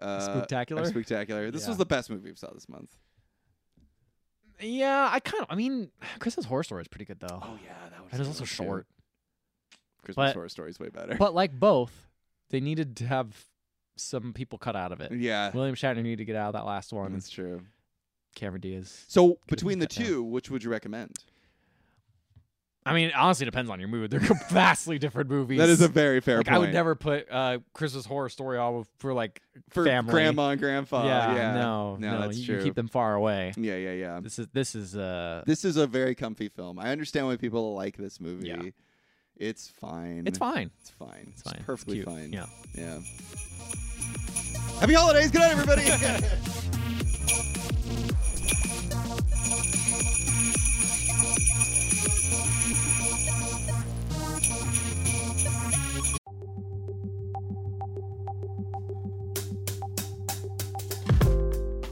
[SPEAKER 1] Uh, our
[SPEAKER 2] Spectacular.
[SPEAKER 1] spooktacular. This
[SPEAKER 2] Yeah.
[SPEAKER 1] was the best movie we saw this month.
[SPEAKER 2] yeah, I kind of. I mean, [sighs] Christmas Horror Story is pretty good though.
[SPEAKER 1] Oh, yeah, that
[SPEAKER 2] and it's also short.
[SPEAKER 1] Christmas
[SPEAKER 2] But-
[SPEAKER 1] Horror Story is way better.
[SPEAKER 2] [laughs] But like both, they needed to have some people cut out of it.
[SPEAKER 1] yeah,
[SPEAKER 2] William Shatner needed to get out of that last one.
[SPEAKER 1] that's true.
[SPEAKER 2] Cameron Diaz.
[SPEAKER 1] So
[SPEAKER 2] been
[SPEAKER 1] between the
[SPEAKER 2] cut down.
[SPEAKER 1] two, which would you recommend?
[SPEAKER 2] I mean, it honestly depends on your mood. They're [laughs] vastly different movies.
[SPEAKER 1] That is a very fair
[SPEAKER 2] like
[SPEAKER 1] point.
[SPEAKER 2] I would never put uh, Christmas Horror Story on for like
[SPEAKER 1] for
[SPEAKER 2] family.
[SPEAKER 1] grandma and grandpa. Yeah,
[SPEAKER 2] no,
[SPEAKER 1] No, that's
[SPEAKER 2] you,
[SPEAKER 1] true.
[SPEAKER 2] you keep them far away.
[SPEAKER 1] yeah, yeah, yeah.
[SPEAKER 2] This is this is uh,
[SPEAKER 1] This is a very comfy film. I understand why people like this movie.
[SPEAKER 2] Yeah.
[SPEAKER 1] It's fine.
[SPEAKER 2] it's fine.
[SPEAKER 1] It's fine.
[SPEAKER 2] It's fine. It's
[SPEAKER 1] perfectly
[SPEAKER 2] cute.
[SPEAKER 1] fine.
[SPEAKER 2] Yeah.
[SPEAKER 1] Yeah. Happy holidays. Good night, everybody.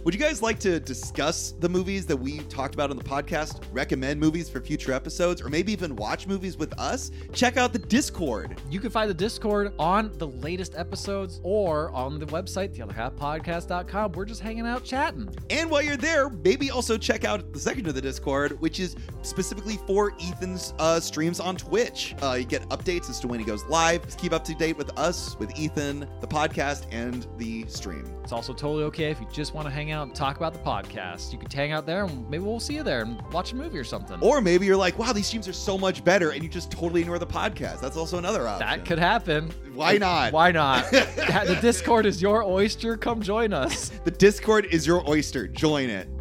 [SPEAKER 1] Would you guys like to discuss the movies that we talked about on the podcast, recommend movies for future episodes, or maybe even watch movies with us? Check out the Discord.
[SPEAKER 2] You can find the Discord on the latest episodes or on the website, theotherhalfpodcast.com. We're just hanging out chatting.
[SPEAKER 1] And while you're there, maybe also check out the section of the Discord, which is specifically for Ethan's uh, streams on Twitch. Uh, you get updates as to when he goes live. Just keep up to date with us, with Ethan, the podcast, and the stream.
[SPEAKER 2] It's also totally okay if you just want to hang out and talk about the podcast. You could hang out there and maybe we'll see you there and watch a movie or something.
[SPEAKER 1] Or maybe you're like, wow, these streams are so much better, and you just totally ignore the podcast. That's also another option.
[SPEAKER 2] that could happen.
[SPEAKER 1] Why not?
[SPEAKER 2] Why
[SPEAKER 1] [laughs]
[SPEAKER 2] not? the Discord is your oyster. Come join us.
[SPEAKER 1] The Discord is your oyster. Join it.